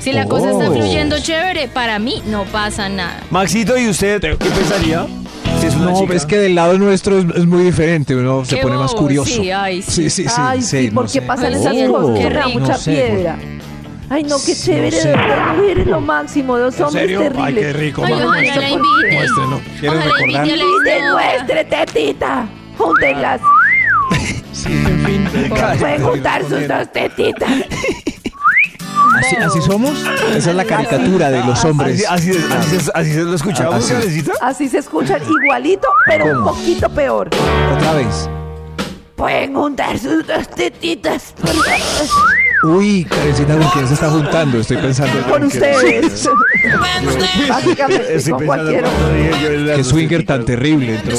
[SPEAKER 4] Si la cosa está
[SPEAKER 3] Oh.
[SPEAKER 4] fluyendo chévere, para mí no pasa nada.
[SPEAKER 2] Maxito, ¿y usted qué pensaría? Si es una
[SPEAKER 3] No,
[SPEAKER 2] chica?
[SPEAKER 3] es que del lado nuestro es, es muy diferente, uno se
[SPEAKER 4] Qué
[SPEAKER 3] pone más
[SPEAKER 4] bobo,
[SPEAKER 3] curioso.
[SPEAKER 4] sí, ay, sí.
[SPEAKER 3] sí, sí, sí,
[SPEAKER 6] Ay, sí,
[SPEAKER 3] sí, no
[SPEAKER 6] ¿por qué
[SPEAKER 3] sé.
[SPEAKER 6] pasan
[SPEAKER 4] Ay,
[SPEAKER 6] esas
[SPEAKER 4] sí,
[SPEAKER 6] cosas?
[SPEAKER 4] qué
[SPEAKER 6] Que da
[SPEAKER 4] rico.
[SPEAKER 6] mucha
[SPEAKER 3] No sé,
[SPEAKER 6] piedra. Ay, no, qué
[SPEAKER 3] No
[SPEAKER 6] chévere,
[SPEAKER 3] sé.
[SPEAKER 6] de verdad, las mujeres lo máximo, dos hombres
[SPEAKER 5] Ay,
[SPEAKER 6] terribles.
[SPEAKER 5] qué rico,
[SPEAKER 4] Ay,
[SPEAKER 5] mano.
[SPEAKER 4] ojalá la inviten.
[SPEAKER 5] Muéstrenlo. ¿Quieres
[SPEAKER 4] Ojalá
[SPEAKER 5] recordar?
[SPEAKER 4] invite a la
[SPEAKER 6] ¡Inviten,
[SPEAKER 4] historia.
[SPEAKER 6] muestre, tetita! ¡Júntenlas! Pueden juntar sus dos tetitas.
[SPEAKER 3] ¿Así, así somos? Esa es la caricatura de los hombres.
[SPEAKER 2] Así, así, así- así se lo escuchamos,
[SPEAKER 3] Así.
[SPEAKER 2] Karencita.
[SPEAKER 6] Así se escuchan igualito, pero un
[SPEAKER 3] ¿Cómo?
[SPEAKER 6] poquito peor.
[SPEAKER 3] Otra vez.
[SPEAKER 6] Pueden juntar sus dos tetitas por favor,
[SPEAKER 3] Uy, Karencita, ¿con quién se está juntando? Estoy pensando. en
[SPEAKER 6] con
[SPEAKER 3] alguien que-
[SPEAKER 6] ustedes. Básicamente, con cualquiera.
[SPEAKER 3] Qué swinger tan terrible entró.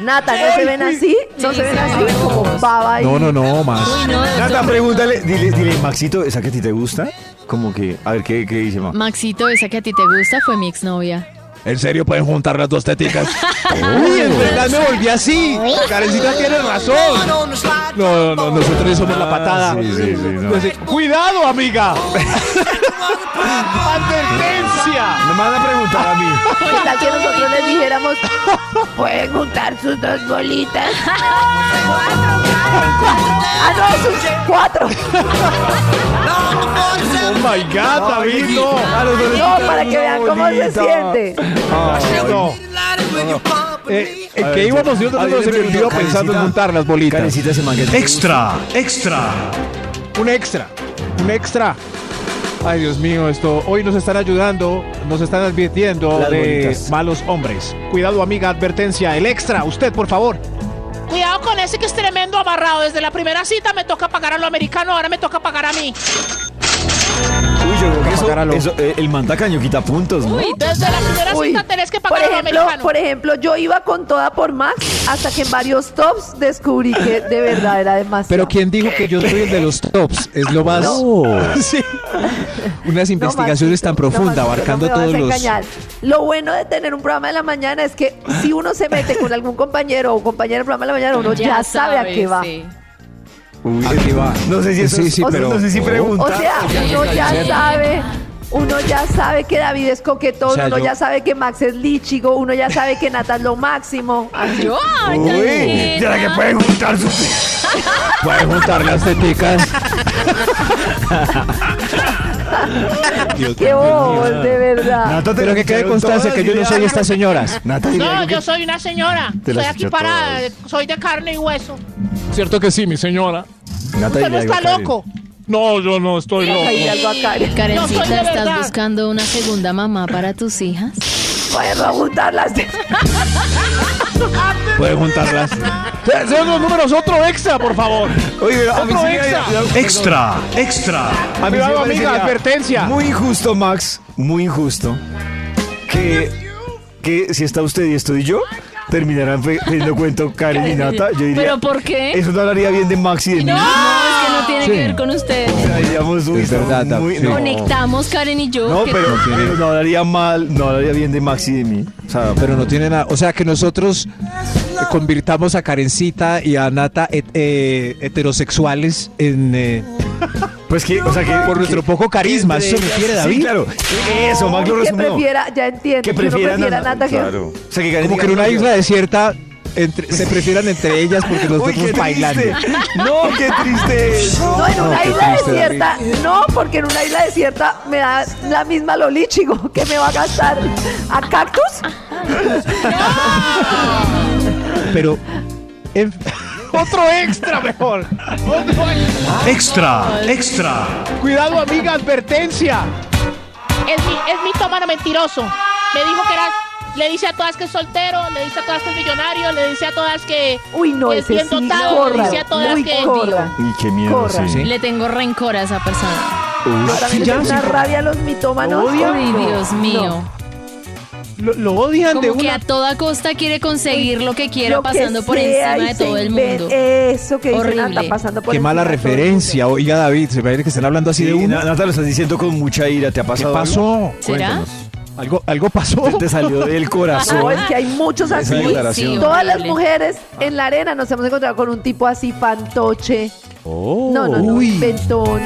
[SPEAKER 6] Nata, ¿no se ven así? ¿No
[SPEAKER 4] Sí,
[SPEAKER 6] se ven
[SPEAKER 4] sí,
[SPEAKER 6] así?
[SPEAKER 4] sí.
[SPEAKER 6] Como baba y...
[SPEAKER 3] No, no, no, más.
[SPEAKER 4] Uy, no, de
[SPEAKER 2] Nata,
[SPEAKER 4] otro-
[SPEAKER 2] pregúntale, dile, dile, Maxito, ¿esa que a ti te gusta? Como que, a ver, ¿qué, qué dice, ma?
[SPEAKER 4] Maxito, esa que a ti te gusta fue mi exnovia.
[SPEAKER 5] ¿En serio pueden juntar las dos teticas?
[SPEAKER 3] Uy, en verdad me volví así. Karencita tiene razón. No, no, no, nosotros somos la patada.
[SPEAKER 2] Ah, sí, sí, sí, no.
[SPEAKER 3] Entonces, ¡Cuidado, amiga! ¡Advertencia!
[SPEAKER 2] Me van a preguntar a mí.
[SPEAKER 6] ¿Qué tal que nosotros les dijéramos? Pueden juntar sus dos bolitas. ah, no, sus cuatro.
[SPEAKER 5] ¡Oh, my God, David! no.
[SPEAKER 2] A los dos les
[SPEAKER 6] No,
[SPEAKER 2] quitan
[SPEAKER 6] para que
[SPEAKER 2] una
[SPEAKER 6] vean cómo se
[SPEAKER 2] bolita.
[SPEAKER 6] siente.
[SPEAKER 5] No.
[SPEAKER 3] Eh, ¿En qué íbamos? Yo
[SPEAKER 2] A ver,
[SPEAKER 3] no se me olvidó
[SPEAKER 2] pregunto,
[SPEAKER 3] pensando en
[SPEAKER 2] Karencita,
[SPEAKER 3] juntar las bolitas.
[SPEAKER 2] Karencita, ese man que te
[SPEAKER 5] Extra, extra.
[SPEAKER 3] Un extra, un extra. Ay, Dios mío, esto. Hoy nos están ayudando, nos están advirtiendo
[SPEAKER 2] Las
[SPEAKER 3] de
[SPEAKER 2] bonitas.
[SPEAKER 3] malos hombres. Cuidado, amiga, advertencia. El extra, usted, por favor.
[SPEAKER 7] Cuidado con ese que es tremendo amarrado. Desde la primera cita me toca pagar a lo americano, ahora me toca pagar a mí.
[SPEAKER 2] Uy, yo creo que eso-
[SPEAKER 3] Apagáralo.
[SPEAKER 2] eso, eh, el mandacaño quita puntos, ¿no?
[SPEAKER 7] Uy, desde la primera
[SPEAKER 6] Uy,
[SPEAKER 7] cita tenés que
[SPEAKER 6] por
[SPEAKER 7] pagar a lo
[SPEAKER 6] ejemplo,
[SPEAKER 7] americano.
[SPEAKER 6] por ejemplo, yo iba con toda por Max hasta que en varios tops descubrí que de verdad era demasiado.
[SPEAKER 3] Pero quien dijo que yo soy el de los tops es lo más. Sí. Unas
[SPEAKER 6] No,
[SPEAKER 3] investigaciones
[SPEAKER 6] Maxito,
[SPEAKER 3] tan
[SPEAKER 6] no,
[SPEAKER 3] profundas,
[SPEAKER 6] Maxito,
[SPEAKER 3] abarcando
[SPEAKER 6] no me
[SPEAKER 3] todos
[SPEAKER 6] vas a
[SPEAKER 3] los.
[SPEAKER 6] engañar. Lo bueno de tener un programa de la mañana es que si uno se mete con algún compañero o compañera del programa de la mañana, uno ya, sabe a qué va.
[SPEAKER 4] sí.
[SPEAKER 2] Uy,
[SPEAKER 3] ¿A qué va?
[SPEAKER 2] No sé si eso
[SPEAKER 3] Sí,
[SPEAKER 2] es-
[SPEAKER 3] sí,
[SPEAKER 2] o sea,
[SPEAKER 3] pero-
[SPEAKER 2] no sé si
[SPEAKER 6] O
[SPEAKER 2] preguntar.
[SPEAKER 6] sea, uno ya sabe, uno ya sabe que David es coquetón,
[SPEAKER 3] O sea,
[SPEAKER 6] uno
[SPEAKER 3] yo-
[SPEAKER 6] ya sabe que Max es lichigo, uno ya sabe que Nata es lo máximo. Así.
[SPEAKER 4] Yo,
[SPEAKER 2] Uy,
[SPEAKER 4] Angelina.
[SPEAKER 2] ya que pueden juntar sus...
[SPEAKER 3] Pueden juntar las teticas.
[SPEAKER 6] Qué bobos, de verdad.
[SPEAKER 2] Nata, te
[SPEAKER 3] Pero que quede
[SPEAKER 2] escucharon
[SPEAKER 3] constancia
[SPEAKER 2] todas,
[SPEAKER 3] que yo no
[SPEAKER 2] dile
[SPEAKER 3] soy
[SPEAKER 2] algo.
[SPEAKER 3] estas señoras.
[SPEAKER 2] Nata, dile
[SPEAKER 7] No,
[SPEAKER 2] algo
[SPEAKER 7] yo
[SPEAKER 2] que-
[SPEAKER 7] soy una señora.
[SPEAKER 2] Te
[SPEAKER 7] Estoy
[SPEAKER 2] las
[SPEAKER 7] aquí
[SPEAKER 2] escucho
[SPEAKER 7] parada.
[SPEAKER 2] todas.
[SPEAKER 7] Soy de carne y hueso.
[SPEAKER 11] Cierto que sí, mi señora.
[SPEAKER 2] Nata,
[SPEAKER 7] Usted
[SPEAKER 2] dile algo
[SPEAKER 7] no está
[SPEAKER 2] a Karen.
[SPEAKER 7] loco.
[SPEAKER 11] No, yo no estoy
[SPEAKER 6] Ahí algo a Karen.
[SPEAKER 7] No soy
[SPEAKER 4] Karencita,
[SPEAKER 7] de
[SPEAKER 4] ¿estás
[SPEAKER 7] verdad.
[SPEAKER 4] buscando una segunda mamá para tus hijas?
[SPEAKER 6] Podemos juntarlas.
[SPEAKER 5] Pueden juntarlas.
[SPEAKER 11] Sean los números, otro extra, por favor.
[SPEAKER 2] Oye, pero a mí
[SPEAKER 11] Otro
[SPEAKER 2] sí me-
[SPEAKER 11] extra. Eh,
[SPEAKER 5] Extra, extra.
[SPEAKER 3] Cuidado,
[SPEAKER 2] A mí me
[SPEAKER 3] amiga,
[SPEAKER 2] parecería
[SPEAKER 3] advertencia.
[SPEAKER 2] Muy injusto, Max. Muy injusto. Que, que si está usted y estoy yo, terminarán fe- teniendo cuento Karen y Nata. Yo diría,
[SPEAKER 4] ¿Pero por qué?
[SPEAKER 2] Eso no hablaría bien de Max y de mí.
[SPEAKER 4] No, es que no tiene que ver con ustedes.
[SPEAKER 2] O sea, diríamos, uy,
[SPEAKER 3] Es
[SPEAKER 2] estamos
[SPEAKER 3] verdad,
[SPEAKER 2] muy-
[SPEAKER 3] sí.
[SPEAKER 2] no.
[SPEAKER 4] Conectamos Karen y yo.
[SPEAKER 2] No,
[SPEAKER 4] que-
[SPEAKER 2] pero pero no hablaría mal, no hablaría bien de Max y de mí. O sea,
[SPEAKER 3] Pero no tiene nada. O sea, que nosotros eh, convirtamos a Karencita y a Nata het- eh, heterosexuales en, eh,
[SPEAKER 2] pues que, o sea, que
[SPEAKER 3] por nuestro poco carisma. ¿Eso me quiere David?
[SPEAKER 2] Sí, claro. Eso, Max lo
[SPEAKER 6] que
[SPEAKER 2] resumió.
[SPEAKER 6] prefiera, ya entiendo,
[SPEAKER 2] Que
[SPEAKER 6] que uno
[SPEAKER 2] prefieran
[SPEAKER 6] prefiera
[SPEAKER 2] a-
[SPEAKER 6] Nata que...
[SPEAKER 2] Claro. O sea, que Karen
[SPEAKER 3] Como que
[SPEAKER 2] diga,
[SPEAKER 3] en una
[SPEAKER 2] no, yo-
[SPEAKER 3] isla desierta entre- se prefieran entre ellas porque
[SPEAKER 2] Uy, qué
[SPEAKER 3] nosotros bailando.
[SPEAKER 2] triste. No, qué triste. es.
[SPEAKER 6] No, en una
[SPEAKER 3] qué
[SPEAKER 6] isla
[SPEAKER 3] triste,
[SPEAKER 6] desierta. No, porque en una isla desierta me da la misma lolichigo que me va a gastar a cactus.
[SPEAKER 4] Ah.
[SPEAKER 3] Pero. en-
[SPEAKER 11] Otro extra, mejor.
[SPEAKER 5] Extra, extra.
[SPEAKER 11] Cuidado, amiga, advertencia.
[SPEAKER 7] Es mi, es mi tómano mentiroso. Me dijo que era. Le dice a todas que es soltero, le dice a todas que es millonario, le dice a todas que
[SPEAKER 6] Uy, no,
[SPEAKER 7] es
[SPEAKER 6] ese
[SPEAKER 7] bien
[SPEAKER 6] sí,
[SPEAKER 7] dotado, le
[SPEAKER 6] corra,
[SPEAKER 7] dice a todas
[SPEAKER 6] muy
[SPEAKER 7] que
[SPEAKER 6] corra.
[SPEAKER 2] Y qué miedo,
[SPEAKER 6] Corra.
[SPEAKER 2] sí.
[SPEAKER 3] Sí.
[SPEAKER 4] Le tengo rencor a esa persona.
[SPEAKER 6] Yo también
[SPEAKER 9] ya,
[SPEAKER 6] les tengo
[SPEAKER 9] sí.
[SPEAKER 6] una rabia a los mitómanos.
[SPEAKER 4] Uy,
[SPEAKER 6] No,
[SPEAKER 4] Dios
[SPEAKER 6] no.
[SPEAKER 4] mío.
[SPEAKER 9] Lo, lo odian de
[SPEAKER 4] Como que
[SPEAKER 9] una.
[SPEAKER 4] a toda costa quiere conseguir lo que quiera
[SPEAKER 6] Lo que
[SPEAKER 4] pasando por
[SPEAKER 6] sea
[SPEAKER 4] encima
[SPEAKER 6] y
[SPEAKER 4] de
[SPEAKER 6] se
[SPEAKER 4] todo el
[SPEAKER 6] inven-
[SPEAKER 4] mundo.
[SPEAKER 6] Eso que dicen,
[SPEAKER 4] Horrible.
[SPEAKER 6] anda pasando por
[SPEAKER 9] Qué
[SPEAKER 6] encima
[SPEAKER 9] mala
[SPEAKER 6] de todo el mundo.
[SPEAKER 9] referencia. Oiga, David, se parece que están hablando así de
[SPEAKER 2] Sí,
[SPEAKER 9] una.
[SPEAKER 2] Na- Nata lo estás diciendo con mucha ira. ¿Te ha
[SPEAKER 9] ¿Qué
[SPEAKER 2] pasado?
[SPEAKER 9] pasó?
[SPEAKER 4] ¿Será?
[SPEAKER 9] ¿Algo, algo
[SPEAKER 2] algo?
[SPEAKER 9] pasó?
[SPEAKER 2] Te salió del
[SPEAKER 6] No,
[SPEAKER 2] corazón.
[SPEAKER 6] es que hay muchos así.
[SPEAKER 2] Esa
[SPEAKER 4] Sí,
[SPEAKER 2] declaración.
[SPEAKER 6] Todas las
[SPEAKER 4] horrible.
[SPEAKER 6] mujeres en la arena nos hemos encontrado con un tipo así fantoche. no, no, no,
[SPEAKER 9] Oh. uy.
[SPEAKER 6] inventón.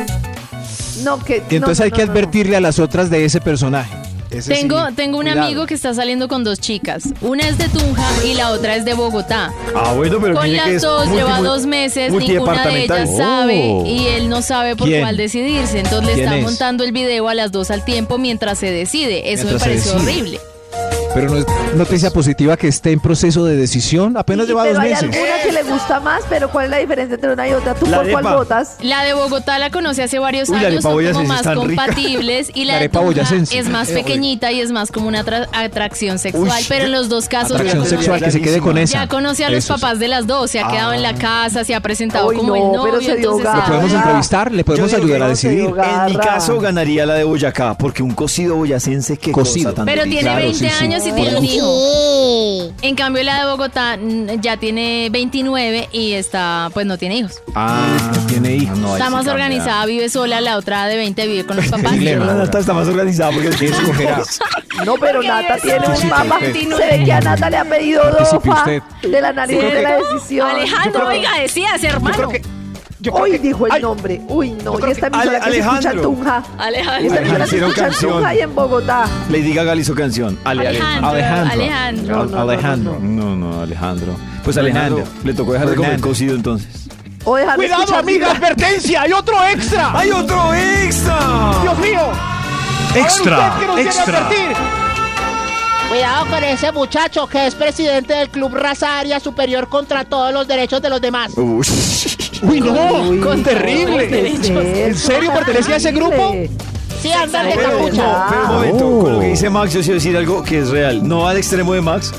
[SPEAKER 6] No, que.
[SPEAKER 9] Y entonces
[SPEAKER 6] no, no,
[SPEAKER 9] hay que
[SPEAKER 6] no, no, no.
[SPEAKER 9] advertirle a las otras de ese personaje. Ese sí,
[SPEAKER 4] Tengo, tengo un
[SPEAKER 9] cuidado.
[SPEAKER 4] amigo que está saliendo con dos chicas. Una es de Tunja y la otra es de Bogotá.
[SPEAKER 2] Ah, bueno, pero
[SPEAKER 4] Con
[SPEAKER 2] mire que
[SPEAKER 4] las
[SPEAKER 2] es
[SPEAKER 4] dos
[SPEAKER 2] multi-
[SPEAKER 4] lleva dos meses, ninguna de
[SPEAKER 2] multidepartamental.
[SPEAKER 4] ellas sabe
[SPEAKER 2] Oh.
[SPEAKER 4] y él no sabe por
[SPEAKER 9] ¿Quién?
[SPEAKER 4] cuál decidirse. Entonces le
[SPEAKER 9] ¿Quién
[SPEAKER 4] está
[SPEAKER 9] es?
[SPEAKER 4] montando el video a las dos al tiempo mientras se decide. Eso
[SPEAKER 9] Mientras se
[SPEAKER 4] me pareció
[SPEAKER 9] decide.
[SPEAKER 4] horrible.
[SPEAKER 2] Oh,
[SPEAKER 9] Pero no es noticia positiva que esté en proceso de decisión. Apenas
[SPEAKER 6] Sí,
[SPEAKER 9] lleva
[SPEAKER 6] pero
[SPEAKER 9] dos
[SPEAKER 6] hay
[SPEAKER 9] meses.
[SPEAKER 6] alguna que le gusta más, pero ¿cuál es la diferencia entre una y otra? ¿Tú
[SPEAKER 2] La
[SPEAKER 6] por cuál
[SPEAKER 2] arepa.
[SPEAKER 6] votas?
[SPEAKER 4] La de Bogotá la conoce hace varios
[SPEAKER 2] Uy, la
[SPEAKER 4] años,
[SPEAKER 2] arepa
[SPEAKER 4] son como
[SPEAKER 2] boyacense
[SPEAKER 4] más
[SPEAKER 2] es tan rica.
[SPEAKER 4] compatibles y
[SPEAKER 9] La
[SPEAKER 4] la, de
[SPEAKER 9] arepa
[SPEAKER 4] Tunja
[SPEAKER 9] boyacense.
[SPEAKER 4] es más
[SPEAKER 9] Eh, oye.
[SPEAKER 4] pequeñita y es más como una atra- atracción sexual,
[SPEAKER 2] Ush,
[SPEAKER 4] pero en los dos casos ya
[SPEAKER 9] Atracción
[SPEAKER 4] conoce-
[SPEAKER 9] sexual, que se quede con esa.
[SPEAKER 4] Ya conoce a los
[SPEAKER 9] Eso sí. Ah.
[SPEAKER 4] papás de las dos, se ha quedado en la casa, se ha presentado
[SPEAKER 6] Uy,
[SPEAKER 4] como
[SPEAKER 6] no,
[SPEAKER 4] el novio,
[SPEAKER 6] pero se dio
[SPEAKER 4] entonces
[SPEAKER 6] garra.
[SPEAKER 9] ¿Lo podemos
[SPEAKER 6] Ah,
[SPEAKER 9] entrevistar? ¿Le podemos
[SPEAKER 2] digo
[SPEAKER 9] ayudar
[SPEAKER 2] que
[SPEAKER 9] a
[SPEAKER 2] no
[SPEAKER 6] se
[SPEAKER 9] decidir?
[SPEAKER 6] dio garra.
[SPEAKER 2] En mi caso ganaría la de Boyacá, porque un cocido boyacense que
[SPEAKER 9] Cocido.
[SPEAKER 2] cosa tan
[SPEAKER 4] Pero
[SPEAKER 2] deliciosa.
[SPEAKER 4] tiene
[SPEAKER 9] Claro,
[SPEAKER 4] 20
[SPEAKER 9] sí, sí.
[SPEAKER 4] años y tiene un hijo. En cambio, la de Bogotá mm, ya tiene 29 y está, pues no tiene hijos.
[SPEAKER 9] Ah, tiene hijos.
[SPEAKER 2] No, ahí
[SPEAKER 4] Está
[SPEAKER 2] sí
[SPEAKER 4] más
[SPEAKER 2] cambia.
[SPEAKER 4] organizada, vive sola, la otra de 20 vive con los papás.
[SPEAKER 9] dilema.
[SPEAKER 2] Pero la Nata está más organizada porque tiene hijos.
[SPEAKER 6] No, pero
[SPEAKER 4] Porque
[SPEAKER 6] Nata
[SPEAKER 4] es
[SPEAKER 6] tiene un
[SPEAKER 4] una
[SPEAKER 6] mapa.
[SPEAKER 4] continua.
[SPEAKER 6] Se ve que a Nata le ha pedido
[SPEAKER 9] Participe
[SPEAKER 6] dofa
[SPEAKER 9] usted.
[SPEAKER 6] de la nariz de la decisión.
[SPEAKER 4] Alejandro, oiga, decías, hermano.
[SPEAKER 6] Uy, dijo el nombre. Uy, no. Y esta emisora
[SPEAKER 2] Ale-
[SPEAKER 6] que se escucha en
[SPEAKER 2] Alejandro.
[SPEAKER 6] Tunja. Esta
[SPEAKER 4] Alejandro.
[SPEAKER 6] emisora se
[SPEAKER 2] Hicieron
[SPEAKER 6] escucha en
[SPEAKER 2] canción.
[SPEAKER 6] Tunja y en Bogotá.
[SPEAKER 2] Lady Gaga le hizo canción. Ale, ale.
[SPEAKER 4] Alejandro. Alejandro.
[SPEAKER 2] Al- Alejandro. No, no, Alejandro. Pues Alejandro
[SPEAKER 9] Fernando.
[SPEAKER 2] le tocó dejar de comer
[SPEAKER 9] Fernando.
[SPEAKER 2] cocido entonces.
[SPEAKER 6] O dejar de
[SPEAKER 8] Cuidado,
[SPEAKER 6] escuchar
[SPEAKER 8] amiga, advertencia, hay otro extra.
[SPEAKER 2] ¡Hay otro extra!
[SPEAKER 8] Dios mío.
[SPEAKER 3] Extra, extra.
[SPEAKER 7] Cuidado con ese muchacho que es presidente del Club Raza Aria Superior contra todos los derechos de los demás.
[SPEAKER 2] Uy.
[SPEAKER 8] Uy, no.
[SPEAKER 6] Uy,
[SPEAKER 8] terrible.
[SPEAKER 6] ¿qué es
[SPEAKER 8] ¿En
[SPEAKER 6] eso?
[SPEAKER 8] serio pertenece a ese grupo?
[SPEAKER 7] Sí, andan de
[SPEAKER 6] Pero,
[SPEAKER 7] capucha.
[SPEAKER 6] no.
[SPEAKER 2] Pero un momento, con lo que
[SPEAKER 6] Oh.
[SPEAKER 2] dice Max, yo quiero decir algo que es real. No al extremo de Max,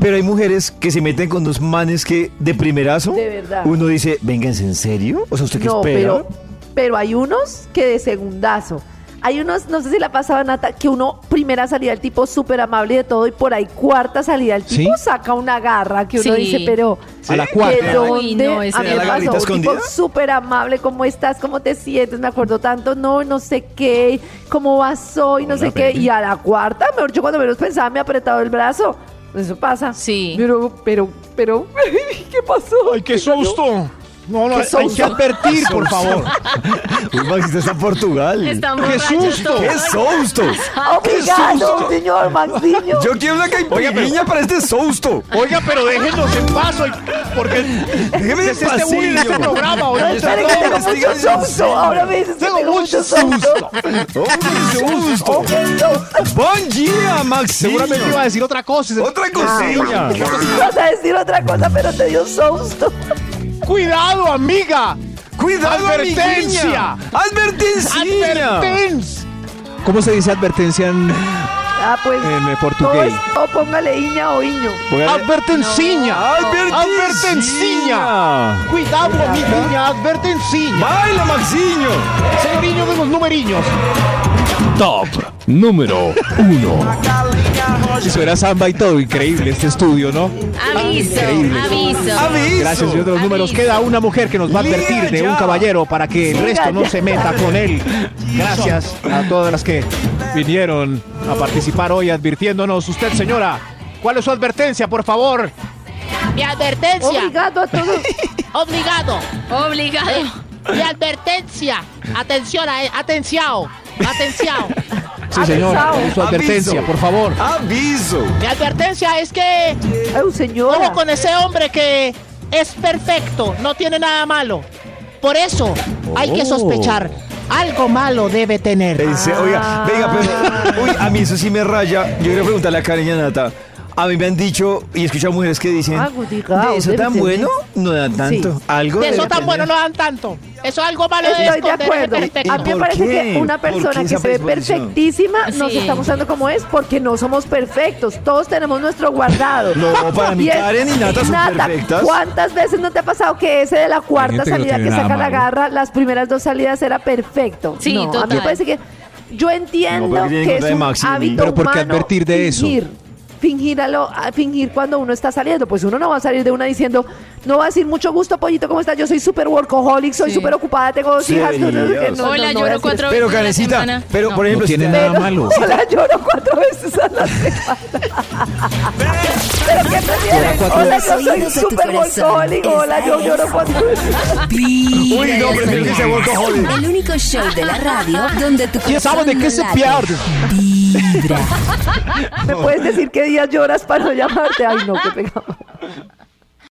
[SPEAKER 2] pero hay mujeres que se meten con dos manes que de primerazo
[SPEAKER 6] De verdad.
[SPEAKER 2] uno dice, vénganse, ¿en serio? O sea, ¿usted qué
[SPEAKER 6] No,
[SPEAKER 2] espera?
[SPEAKER 6] pero, pero hay unos que de segundazo. Hay unos, no sé si la pasaba Nata, que uno primera salida el tipo súper amable y de todo, y por ahí cuarta salida el tipo
[SPEAKER 9] ¿Sí?
[SPEAKER 6] saca una garra que uno
[SPEAKER 4] Sí.
[SPEAKER 6] dice, pero
[SPEAKER 9] A la
[SPEAKER 6] ¿de
[SPEAKER 9] cuarta.
[SPEAKER 4] Uy,
[SPEAKER 6] dónde?
[SPEAKER 4] no, ese
[SPEAKER 6] a mí
[SPEAKER 2] era
[SPEAKER 6] me
[SPEAKER 2] la
[SPEAKER 6] pasó,
[SPEAKER 2] garrita
[SPEAKER 6] un tipo
[SPEAKER 2] escondida.
[SPEAKER 6] súper amable, ¿cómo estás? ¿Cómo te sientes? Me acuerdo tanto, no, no sé qué, ¿cómo vas hoy? No sé qué. Y a la cuarta, mejor yo cuando menos pensaba me ha apretado el brazo. Eso pasa.
[SPEAKER 4] Sí.
[SPEAKER 6] Pero, pero, pero, ¿qué pasó?
[SPEAKER 8] Ay, qué susto. No, no,
[SPEAKER 6] Qué
[SPEAKER 8] hay que
[SPEAKER 6] susto.
[SPEAKER 8] advertir, por favor.
[SPEAKER 2] Uy, Max, usted está en Portugal.
[SPEAKER 4] Están
[SPEAKER 8] ¡Qué
[SPEAKER 4] borrachos
[SPEAKER 8] susto!
[SPEAKER 4] todos.
[SPEAKER 2] ¡Qué susto!
[SPEAKER 6] Obrigado, señor Maxiño.
[SPEAKER 2] Yo quiero una caipirinha para este susto.
[SPEAKER 8] Oiga, pero déjenos en paz, oiga, porque
[SPEAKER 2] Déjeme
[SPEAKER 8] que
[SPEAKER 2] en
[SPEAKER 8] es este bullying en este
[SPEAKER 2] pasillo.
[SPEAKER 8] programa,
[SPEAKER 6] No,
[SPEAKER 8] oiga.
[SPEAKER 6] espere que tengo mucho susto. Ahora me dices que
[SPEAKER 8] Tengo
[SPEAKER 6] tengo
[SPEAKER 8] mucho
[SPEAKER 6] mucho
[SPEAKER 2] ¡Qué
[SPEAKER 6] susto.
[SPEAKER 2] susto! ¡Buen día, Max!
[SPEAKER 8] Seguramente iba a decir otra cosa. y se-
[SPEAKER 2] ¡Otra cosilla!
[SPEAKER 6] Vas a decir otra cosa, pero te dio susto.
[SPEAKER 8] ¡Cuidado, amiga!
[SPEAKER 2] ¡Cuidado,
[SPEAKER 8] Advertencia.
[SPEAKER 2] amiguiña! ¡Advertencia!
[SPEAKER 8] ¡Advertencia!
[SPEAKER 9] ¿Cómo se dice advertencia en,
[SPEAKER 6] Ah, pues.
[SPEAKER 9] en, eh,
[SPEAKER 6] todo
[SPEAKER 9] portugués?
[SPEAKER 6] es- O póngale iña o iño.
[SPEAKER 8] ¡Advertencia! ¡Advertencia!
[SPEAKER 2] ¡Advertencia!
[SPEAKER 8] Cuidado, amiga, advertencia.
[SPEAKER 2] ¡Baila, Maxiño!
[SPEAKER 8] Señoriño de los numeriños.
[SPEAKER 3] Top número uno.
[SPEAKER 9] Eso era samba y todo. Increíble este estudio, ¿no?
[SPEAKER 4] Aviso, aviso.
[SPEAKER 2] ¡Aviso!
[SPEAKER 9] Gracias, señor de los números. Queda una mujer que nos va a advertir de un caballero para que el resto no se meta con él.
[SPEAKER 8] Gracias a todas las que vinieron a participar hoy advirtiéndonos. Usted, señora, ¿cuál es su advertencia, por favor?
[SPEAKER 7] Mi advertencia.
[SPEAKER 6] Obrigado a todos.
[SPEAKER 7] Obligado.
[SPEAKER 4] Obligado.
[SPEAKER 7] Mi Eh, advertencia. Atención, a- eh, atenciao. Atenciao.
[SPEAKER 9] Sí, señora. Su advertencia, por favor.
[SPEAKER 2] ¡Aviso!
[SPEAKER 7] Mi advertencia es que
[SPEAKER 6] Ay, señora.
[SPEAKER 7] ojo con ese hombre que es perfecto, no tiene nada malo. Por eso hay
[SPEAKER 2] Oh.
[SPEAKER 7] que sospechar. Algo malo debe tener.
[SPEAKER 2] En se- Oiga, venga, pero. Uy, a mí eso sí me raya. Yo quiero preguntarle a Karen y a Nata. A mí me han dicho y he escuchado mujeres que dicen,
[SPEAKER 6] Ah, guticao,
[SPEAKER 2] de eso
[SPEAKER 6] debe
[SPEAKER 2] tan
[SPEAKER 6] ser
[SPEAKER 2] bueno no dan tanto.
[SPEAKER 6] Sí.
[SPEAKER 2] Algo
[SPEAKER 7] De eso
[SPEAKER 2] debe
[SPEAKER 7] tan
[SPEAKER 2] tener".
[SPEAKER 7] bueno no dan tanto. Eso es algo malo
[SPEAKER 6] Estoy de
[SPEAKER 7] esconder, es
[SPEAKER 6] acuerdo.
[SPEAKER 7] perfecto.
[SPEAKER 6] A mí me
[SPEAKER 2] ¿Por qué?
[SPEAKER 6] parece que una
[SPEAKER 2] ¿Por qué
[SPEAKER 6] persona que
[SPEAKER 2] esa
[SPEAKER 6] se ve
[SPEAKER 2] predisposición?
[SPEAKER 6] perfectima nos
[SPEAKER 4] Sí.
[SPEAKER 6] está mostrando como es porque no somos perfectos. Todos tenemos nuestro guardado.
[SPEAKER 2] No, para mí
[SPEAKER 6] Y es-
[SPEAKER 2] Karen y Nata son perfectas.
[SPEAKER 6] ¿Cuántas veces no te ha pasado que ese de la cuarta
[SPEAKER 9] gente que no
[SPEAKER 6] salida que,
[SPEAKER 9] tiene nada
[SPEAKER 6] saca la
[SPEAKER 9] malo.
[SPEAKER 6] garra, las primeras dos salidas era perfecto?
[SPEAKER 4] Sí,
[SPEAKER 6] no, a mí me
[SPEAKER 4] total.
[SPEAKER 6] parece que yo entiendo
[SPEAKER 2] No, pero tiene
[SPEAKER 6] que es
[SPEAKER 2] contra de
[SPEAKER 6] un
[SPEAKER 2] Maxi,
[SPEAKER 6] hábito
[SPEAKER 9] Pero ¿por qué
[SPEAKER 6] humano
[SPEAKER 9] advertir de eso?
[SPEAKER 6] fingir, Fingir, a lo- a fingir cuando uno está saliendo, pues uno no va a salir de una diciendo, no va a decir mucho gusto, pollito, ¿cómo estás? Yo soy súper workaholic, soy
[SPEAKER 4] Sí.
[SPEAKER 6] súper ocupada, tengo dos
[SPEAKER 2] Sí,
[SPEAKER 6] hijas. no, no, no,
[SPEAKER 2] Dios.
[SPEAKER 6] no, no, no
[SPEAKER 4] Hola,
[SPEAKER 6] voy a
[SPEAKER 4] lloro
[SPEAKER 6] decir
[SPEAKER 4] cuatro
[SPEAKER 2] Pero
[SPEAKER 4] veces a la
[SPEAKER 2] Karencita,
[SPEAKER 4] semana.
[SPEAKER 2] pero por
[SPEAKER 9] No
[SPEAKER 2] ejemplo,
[SPEAKER 9] tiene
[SPEAKER 2] si-
[SPEAKER 9] nada
[SPEAKER 6] pero-
[SPEAKER 9] malo.
[SPEAKER 6] Hola, lloro cuatro veces a la semana. ¿Pero qué prefieres?
[SPEAKER 1] cuatro
[SPEAKER 6] Hola,
[SPEAKER 1] veces.
[SPEAKER 6] yo soy
[SPEAKER 1] Oídos de tu
[SPEAKER 6] súper
[SPEAKER 1] corazón.
[SPEAKER 6] workaholic. Hola, yo
[SPEAKER 1] Esta
[SPEAKER 6] lloro
[SPEAKER 1] es-
[SPEAKER 6] cuatro veces.
[SPEAKER 1] Vibra
[SPEAKER 2] Uy, no,
[SPEAKER 1] en las
[SPEAKER 2] prefiero que sea
[SPEAKER 1] mañanas.
[SPEAKER 2] workaholic.
[SPEAKER 1] El único show de la radio donde tu
[SPEAKER 9] ¿Quién sabe
[SPEAKER 1] corazón
[SPEAKER 9] de
[SPEAKER 1] no
[SPEAKER 9] qué se
[SPEAKER 1] late.
[SPEAKER 9] pierde?
[SPEAKER 1] Vibra.
[SPEAKER 6] ¿Me puedes decir qué día lloras para no llamarte? Ay, no, qué pegado.